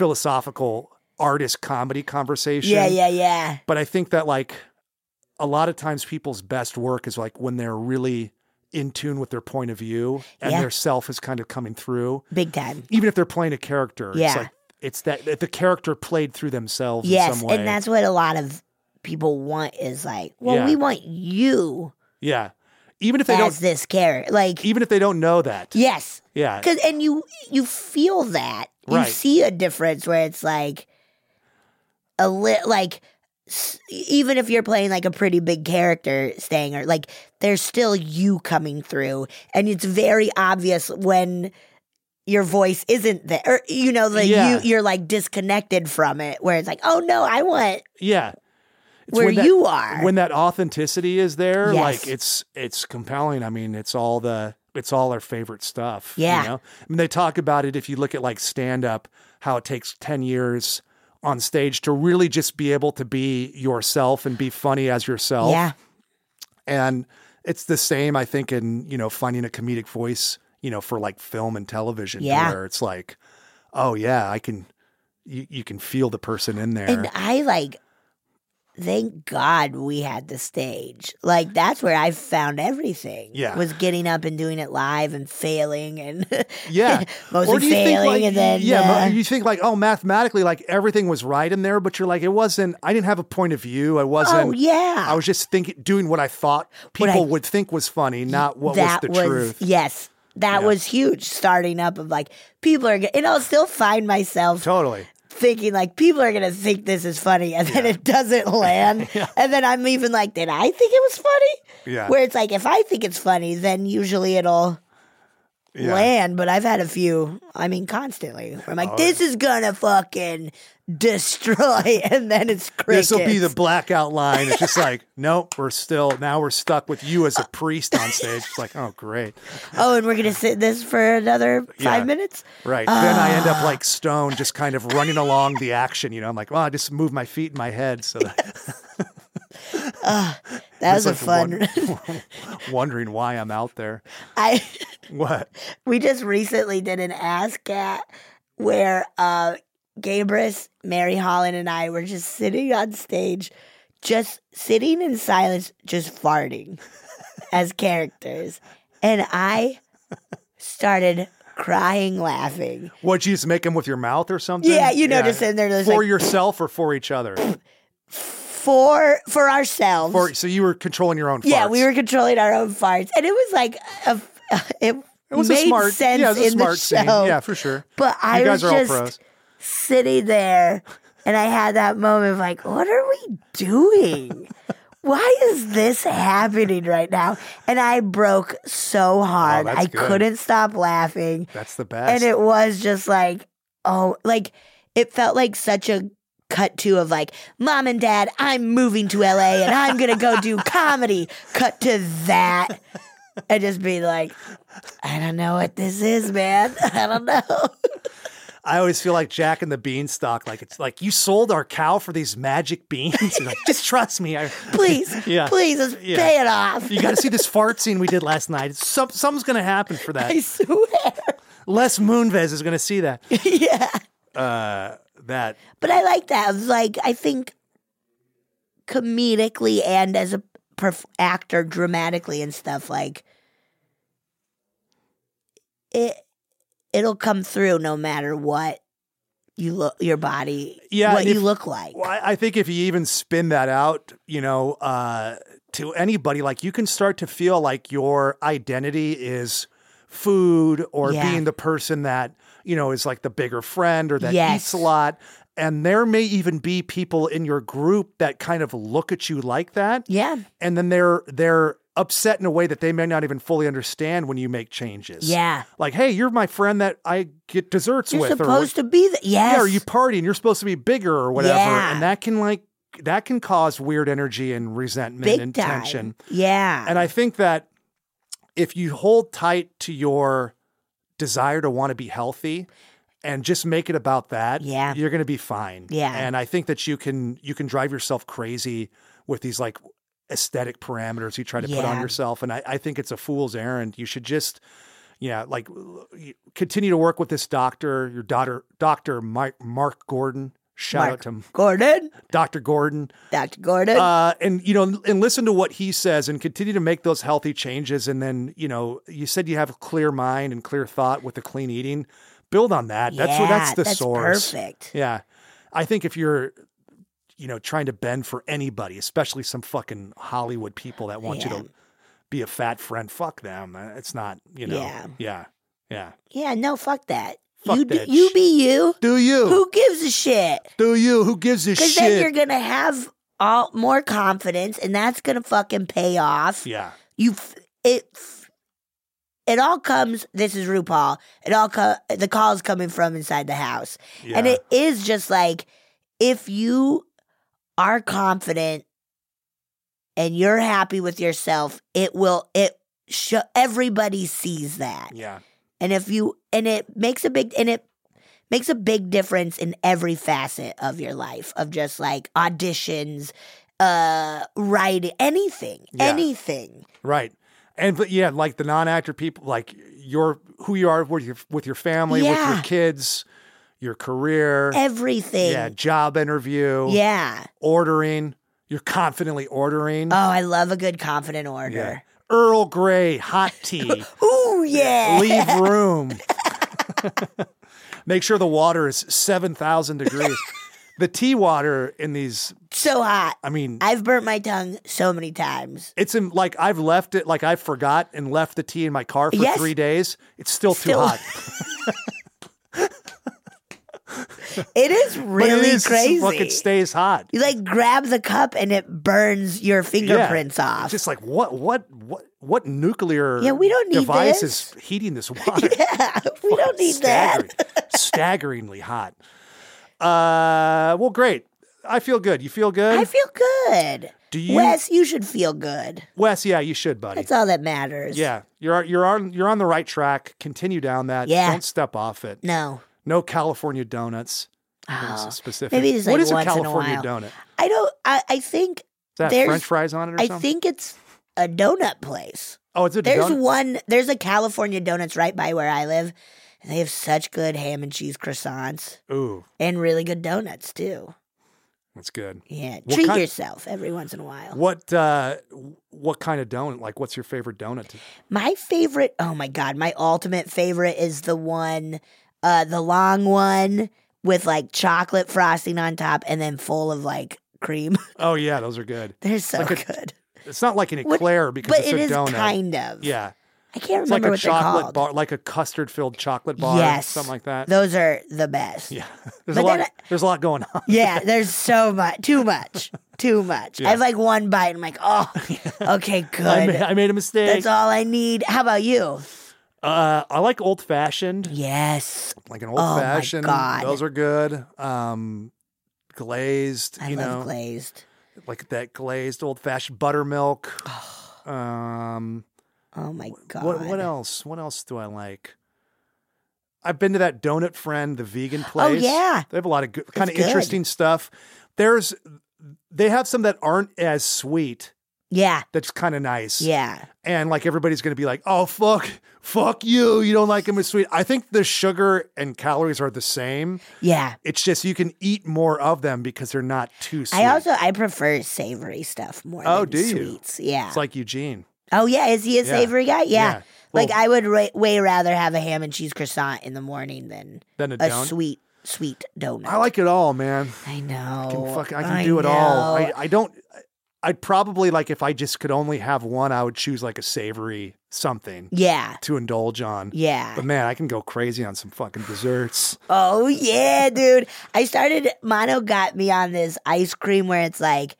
philosophical artist comedy conversation. Yeah, yeah, yeah. But I think that like a lot of times people's best work is like when they're really in tune with their point of view and Yeah. their self is kind of coming through Big time. even if they're playing a character, Yeah. it's like it's that that the character played through themselves in Yes. some way. And that's what a lot of people want is like, well, Yeah. we want you yeah. Even if they as don't this character. Like, even if they don't know that. yes. Yeah. Cause, and you you feel that. You Right. see a difference where it's like a li- like s- even if you're playing like a pretty big character staying or like there's still you coming through and it's very obvious when your voice isn't there or, you know like Yeah. you you're like disconnected from it where it's like oh no i want Yeah. It's where when that- you are When that authenticity is there, Yes. like it's it's compelling. I mean, it's all the it's all our favorite stuff. Yeah. You know? I mean, they talk about it if you look at like stand up, how it takes ten years on stage to really just be able to be yourself and be funny as yourself. yeah And it's the same, I think, in, you know, finding a comedic voice, you know, for like film and television Yeah. where it's like, oh yeah, I can you, you can feel the person in there. And I like, thank God we had the stage. Like that's where I found everything. Yeah. was getting up and doing it live and failing and Yeah. mostly failing and then yeah, uh, but you think like, oh, mathematically, like everything was right in there, but you're like, it wasn't. I didn't have a point of view. I wasn't. oh yeah, I was just thinking, doing what I thought What I- people would think was funny, not what was that e the truth. yes. That Yeah. was huge starting up of like people are gonna, and I'll still find myself Totally. thinking like people are gonna think this is funny and then it doesn't land and then I'm even like did I think it was funny Yeah. where it's like if I think it's funny then usually it'll Yeah. Oh, land but I've had a few I mean constantly where I'm like this is gonna fucking destroy and then it's crickets This will be the blackout line. It's just like, nope, we're still now we're stuck with you as a priest on stage. It's like, oh great, oh and we're gonna sit this for another Yeah. five minutes right? then I end Ah. up like stone, just kind of running along the action. You know, I'm like, well, I just move my feet and my head, so that that was a It's like fun won- wondering why I'm out there. I What? We just recently did an ass cat where uh Gabrus, Mary Holland, and I were just sitting on stage, just sitting in silence, just farting as characters. And I started crying laughing. What you just make them with your mouth or something? Yeah, you know, just sitting there just for like yourself or for each other. for for ourselves. For so you were controlling your own. yeah, farts. we were controlling our own farts. And it was like a, it, It was made a smart, sense yeah, it was a in smart the show. scene. Yeah, for sure. But I you guys was are all just pros. sitting there and I had that moment of like, what are we doing? Why is this happening right now? And I broke so hard. Oh, that's I good. couldn't stop laughing. That's the best. And it was just like, oh, like it felt like such a cut to of like, mom and dad, I'm moving to LA and I'm going to go do comedy. Cut to that. And just be like, I don't know what this is, man. I don't know. I always feel like Jack and the Beanstalk. Like it's like you sold our cow for these magic beans. You're like, just trust me. I, please, Yeah. please, let's Yeah. pay it off. you got to see this fart scene we did last night. It's, some, something's going to happen for that. I swear. Les Moonves is going to see that. yeah. Uh, that But I like that. Like, I think comedically and as a perf- actor, dramatically and stuff, like, it, it'll come through no matter what you look, your body, Yeah, what and you if- look like. Well, I I think if you even spin that out, you know, uh, to anybody, like you can start to feel like your identity is food or Yeah. being the person that, you know, is like the bigger friend or that Yes. eats a lot. And there may even be people in your group that kind of look at you like that. Yeah. And then they're, they're, upset in a way that they may not even fully understand when you make changes. Yeah. Like, hey, you're my friend that I get desserts You're with or supposed to be the Yes. yeah, or you party and you're supposed to be bigger or whatever, Yeah. and that can like that can cause weird energy and resentment big and time. tension. Yeah. And I think that if you hold tight to your desire to want to be healthy and just make it about that, Yeah. you're going to be fine. Yeah. And I think that you can you can drive yourself crazy with these like aesthetic parameters you try to put on Yeah. yourself, and I, I think it's a fool's errand. You should just yeah, like l- you continue to work with this doctor, your daughter, Doctor Mark, Mark Gordon. Shout out to Gordon, Doctor Gordon Dr. Gordon. uh, and you know, and listen to what he says, and continue to make those healthy changes. And then, you know, you said you have a clear mind and clear thought with the clean eating. Build on that. That's what Yeah, that's the that's source. perfect. Yeah, I think if you're, you know, trying to bend for anybody, especially some fucking Hollywood people that want Yeah. you to be a fat friend, fuck them. Uh, It's not, you know, Yeah. yeah, yeah. Yeah, no, fuck that. Fuck you that do, you sh- be you. Do you? Who gives a shit? Do you? Who gives a Because shit? then you're gonna have all more confidence, and that's gonna fucking pay off. Yeah. You, f- it, f- it all comes. This is RuPaul. It all co- the calls coming from inside the house, yeah. and it is just like if you are confident and you're happy with yourself, it will. It sh- everybody sees that, Yeah. and if you and it makes a big and it makes a big difference in every facet of your life of just like auditions uh writing anything Yeah. anything Right. And but yeah, like the non-actor people, like your who you are with your with your family, with your Yeah. kids, your career, everything yeah, job interview, Yeah. ordering. You're confidently ordering. Oh, I love a good confident Yeah. order. Earl Grey hot tea. Ooh, yeah. Leave room. Make sure the water is seven thousand degrees. the tea water in these, So hot. I mean, I've burnt my tongue so many times. it's in, like I've left it, like I forgot and left the tea in my car for Yes. three days. It's still too Still- hot. It is But really it is- it's crazy. Fuck, it stays hot. you like grab the cup and it burns your fingerprints yeah. off. Just like what, what, what, what nuclear Yeah, we don't need device this. is heating this water? yeah, we don't need that. that. staggeringly hot. Uh, well, great. I feel good. You feel good, I feel good. Do you- Wes, you should feel good. Wes? Yeah, you should, buddy. That's all that matters. Yeah, you're you're on you're on the right track. Continue down that. Yeah. Don't step off it. No. No California donuts. Being Oh. specific. maybe just, what like, is once a in a California while. donut? Is I don't I, I think that There's- French fries on it or I something? think it's a donut place. oh, it's a There's donut. one. There's a California Donuts right by where I live, and they have such good ham and cheese croissants Ooh, and really good donuts too. that's good. Yeah, What treat kind- yourself every once in a while. What uh, what kind of donut? Like, what's your favorite donut? To, My favorite. Oh my god, my ultimate favorite is the one, uh, the long one with like chocolate frosting on top and then full of like cream. oh yeah, those are good. They're so Like a- good, It's not like an What- eclair because but it's it a is donut. kind of. yeah, I can't it's like remember a what they're chocolate called. bar, like a custard filled chocolate bar, Yes. something like that. Those are the best. Yeah, there's a But lot. then there's a lot going on. Yeah, there's so much, too much, too much. Yeah. I have like one bite, and I'm like, oh, okay, I good. made, I made a mistake. That's all I need. How about you? Uh, I like old fashioned, Yes, like an old Oh my fashioned. God. Those are good. Um, glazed, I you love know, glazed. like that glazed old fashioned buttermilk. um, Oh my god. what what else? What else do I like? I've been to that donut friend, the vegan Oh place. yeah, They have a lot of good, kind of good. interesting stuff. There's, they have some that aren't as sweet. yeah, That's kind of nice. yeah. and like everybody's gonna be like, "Oh fuck, fuck you! You don't like them as sweet." I think the sugar and calories are the same. Yeah. It's just you can eat more of them because they're not too sweet. I also I prefer savory stuff more. Oh, than do you? sweets. Yeah. it's like Eugene. oh yeah, is he a Yeah. savory guy? Yeah. like Well, I would ra- way rather have a ham and cheese croissant in the morning than then a a donut. sweet sweet donut. I like it all, man. I know. I can, fuck, I can do it all. Oh, know. I, I don't. I'd probably like if I just could only have one. I would choose like a savory something yeah. to indulge on. Yeah. But man, I can go crazy on some fucking desserts. Oh yeah, dude. I started Mono got me on this ice cream where it's like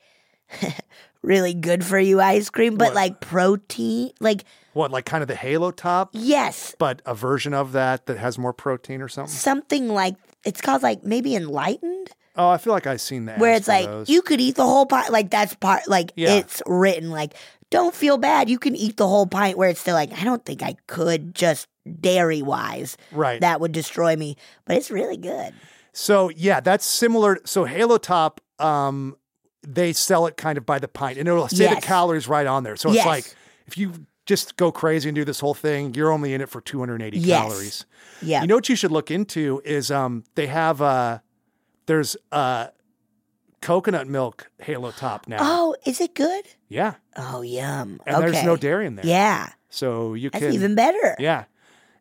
really good for you ice cream, but What? like protein like What, like kind of the halo top, yes, but a version of that that has more protein or something? something like it's called like maybe enlightened Oh, I feel like I've seen that. where it's like you could eat the whole pint like that's part like Yeah. it's written like don't feel bad you can eat the whole pint where it's still like I don't think I could just dairy wise right. that would destroy me but it's really good so yeah, that's similar. So Halo Top, um, they sell it kind of by the pint, and it'll say the Yes. calories right on there. So it's Yes. like if you just go crazy and do this whole thing, you're only in it for 280 Yes. calories. yeah You know what you should look into is um, they have uh, there's uh, coconut milk Halo Top now. oh is it good Yeah, oh yum and okay there's no dairy in there. yeah so you That's can even better. Yeah.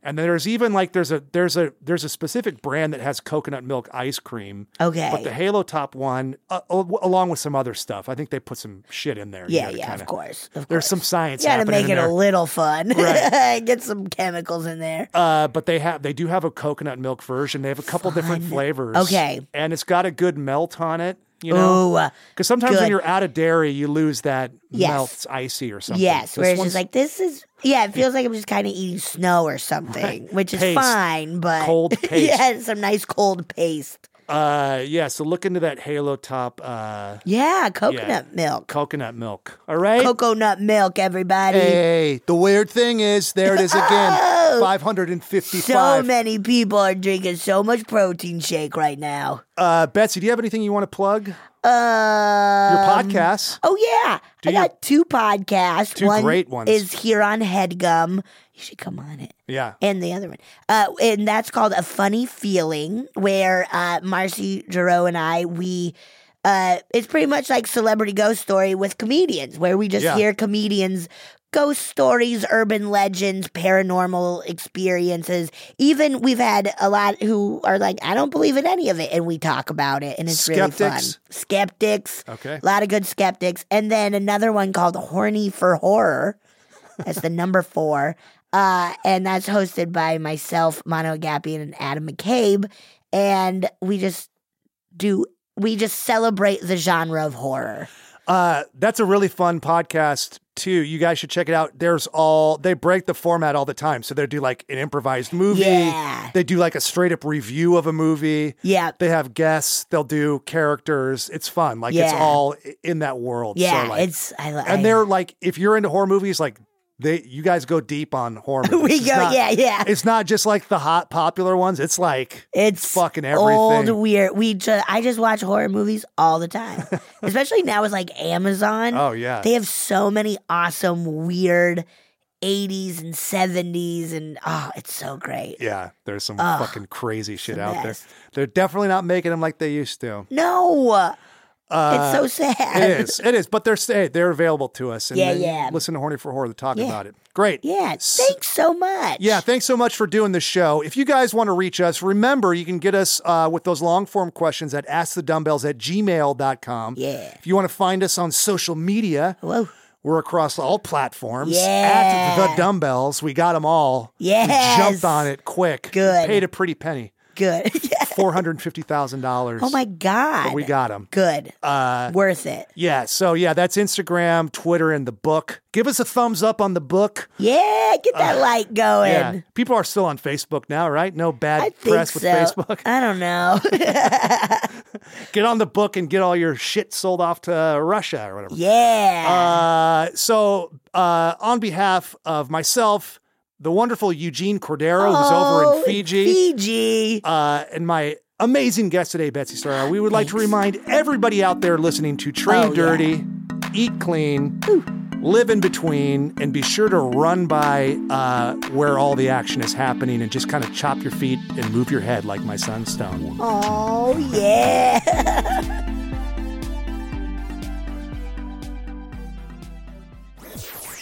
And there's even like there's a there's a there's a specific brand that has coconut milk ice cream, Okay. but the Halo Top one, uh, al- along with some other stuff, I think they put some shit in there. you yeah, know, to yeah, kinda- of course. Of There's some course. science. You gotta happening make in it a there. little fun. Right. Get some chemicals in there. Uh, but they have they do have a coconut milk version. They have a couple different Fun. flavors. Okay. and it's got a good melt on it. Ooh, You know, uh, because sometimes good. when you're out of dairy, you lose that Yes. melts icy or something. yes. This Where it's one's just like this is yeah. It feels like I'm just kind of eating snow or something, which is Paste. fine. But Cold paste. yeah, some nice cold paste. uh, yeah. So look into that Halo Top uh, Yeah, coconut milk, coconut milk. All right. coconut milk. Everybody. Hey, the weird thing is, there it is again. Five hundred and Oh. So fifty-five. many people are drinking so much protein shake right now. uh, Betsy, do you have anything you want to plug? Your Uh, podcasts. Oh yeah, Do I you- got two podcasts. Two one great ones. is here on Headgum. You should come on it. Yeah. And the other one, uh, and that's called a funny feeling, where uh, Marcy Giroux and I we. Uh, it's pretty much like celebrity ghost story with comedians, where we just Yeah. hear comedians ghost stories, urban legends, paranormal experiences. Even we've had a lot who are like, I don't believe in any of it, and we talk about it, and it's really fun. Skeptics? Skeptics, Okay. a lot of good skeptics. And then another one called Horny for Horror. That's the number four. Uh, and that's hosted by myself, Mono Agapian, and Adam McCabe. And we just do, we just celebrate the genre of horror. Uh, that's a really fun podcast too. You guys should check it out. There's all they break the format all the time. So they do like an improvised movie. Yeah. They do like a straight up review of a movie. Yeah. They have guests. They'll do characters. It's fun. Like it's Yeah. all i- in that world. Yeah. So like, it's, I like, and they're like, if you're into horror movies, like they, you guys go deep on horror. Movies. we It's go, not- yeah, yeah. It's not just like the hot popular ones. It's like It's, fucking Old everything. weird. We just, I just watch horror movies all the time, especially now with like Amazon. oh yeah. They have so many awesome, weird 80s and 70s, and oh, it's so great. yeah, there's some Ugh, fucking crazy shit the out there. best. They're definitely not making them like they used to. No, Uh, it's so sad. It is. It is. But they're hey, they're available to us. And Yeah, then yeah. Listen to Horny for Horror. They're talking Yeah. about it. Great. Yeah, S- thanks so much. Yeah, thanks so much for doing the show. If you guys want to reach us, remember you can get us uh, with those long form questions at askthedumbbells at gmail.com. Yeah. If you want to find us on social media, Whoa. we're across all platforms. Yeah. At the dumbbells. We got them all. Yes. We jumped on it quick. Good. Paid a pretty penny. Good. Yeah. $450,000. Oh my God. But we got them. Good. Uh, Worth it. Yeah, so yeah, that's Instagram, Twitter, and the book. Give us a thumbs up on the book. Yeah, get that light going. uh, Yeah. People are still on Facebook now, right? No bad I think press so. with Facebook. I don't know. Get on the book and get all your shit sold off to Russia or whatever. yeah. Uh, so, uh, on behalf of myself, the wonderful Eugene Cordero, who's over in Fiji, Oh, Fiji. uh, and my amazing guest today, Betsy Star, we would like to Thanks. remind everybody out there listening to Train Oh, yeah. Dirty, Eat Clean, Live in Between, and be sure to run by uh, where all the action is happening and just kind of chop your feet and move your head like my son Stone. Oh, yeah.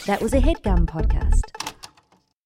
That was a headgum podcast.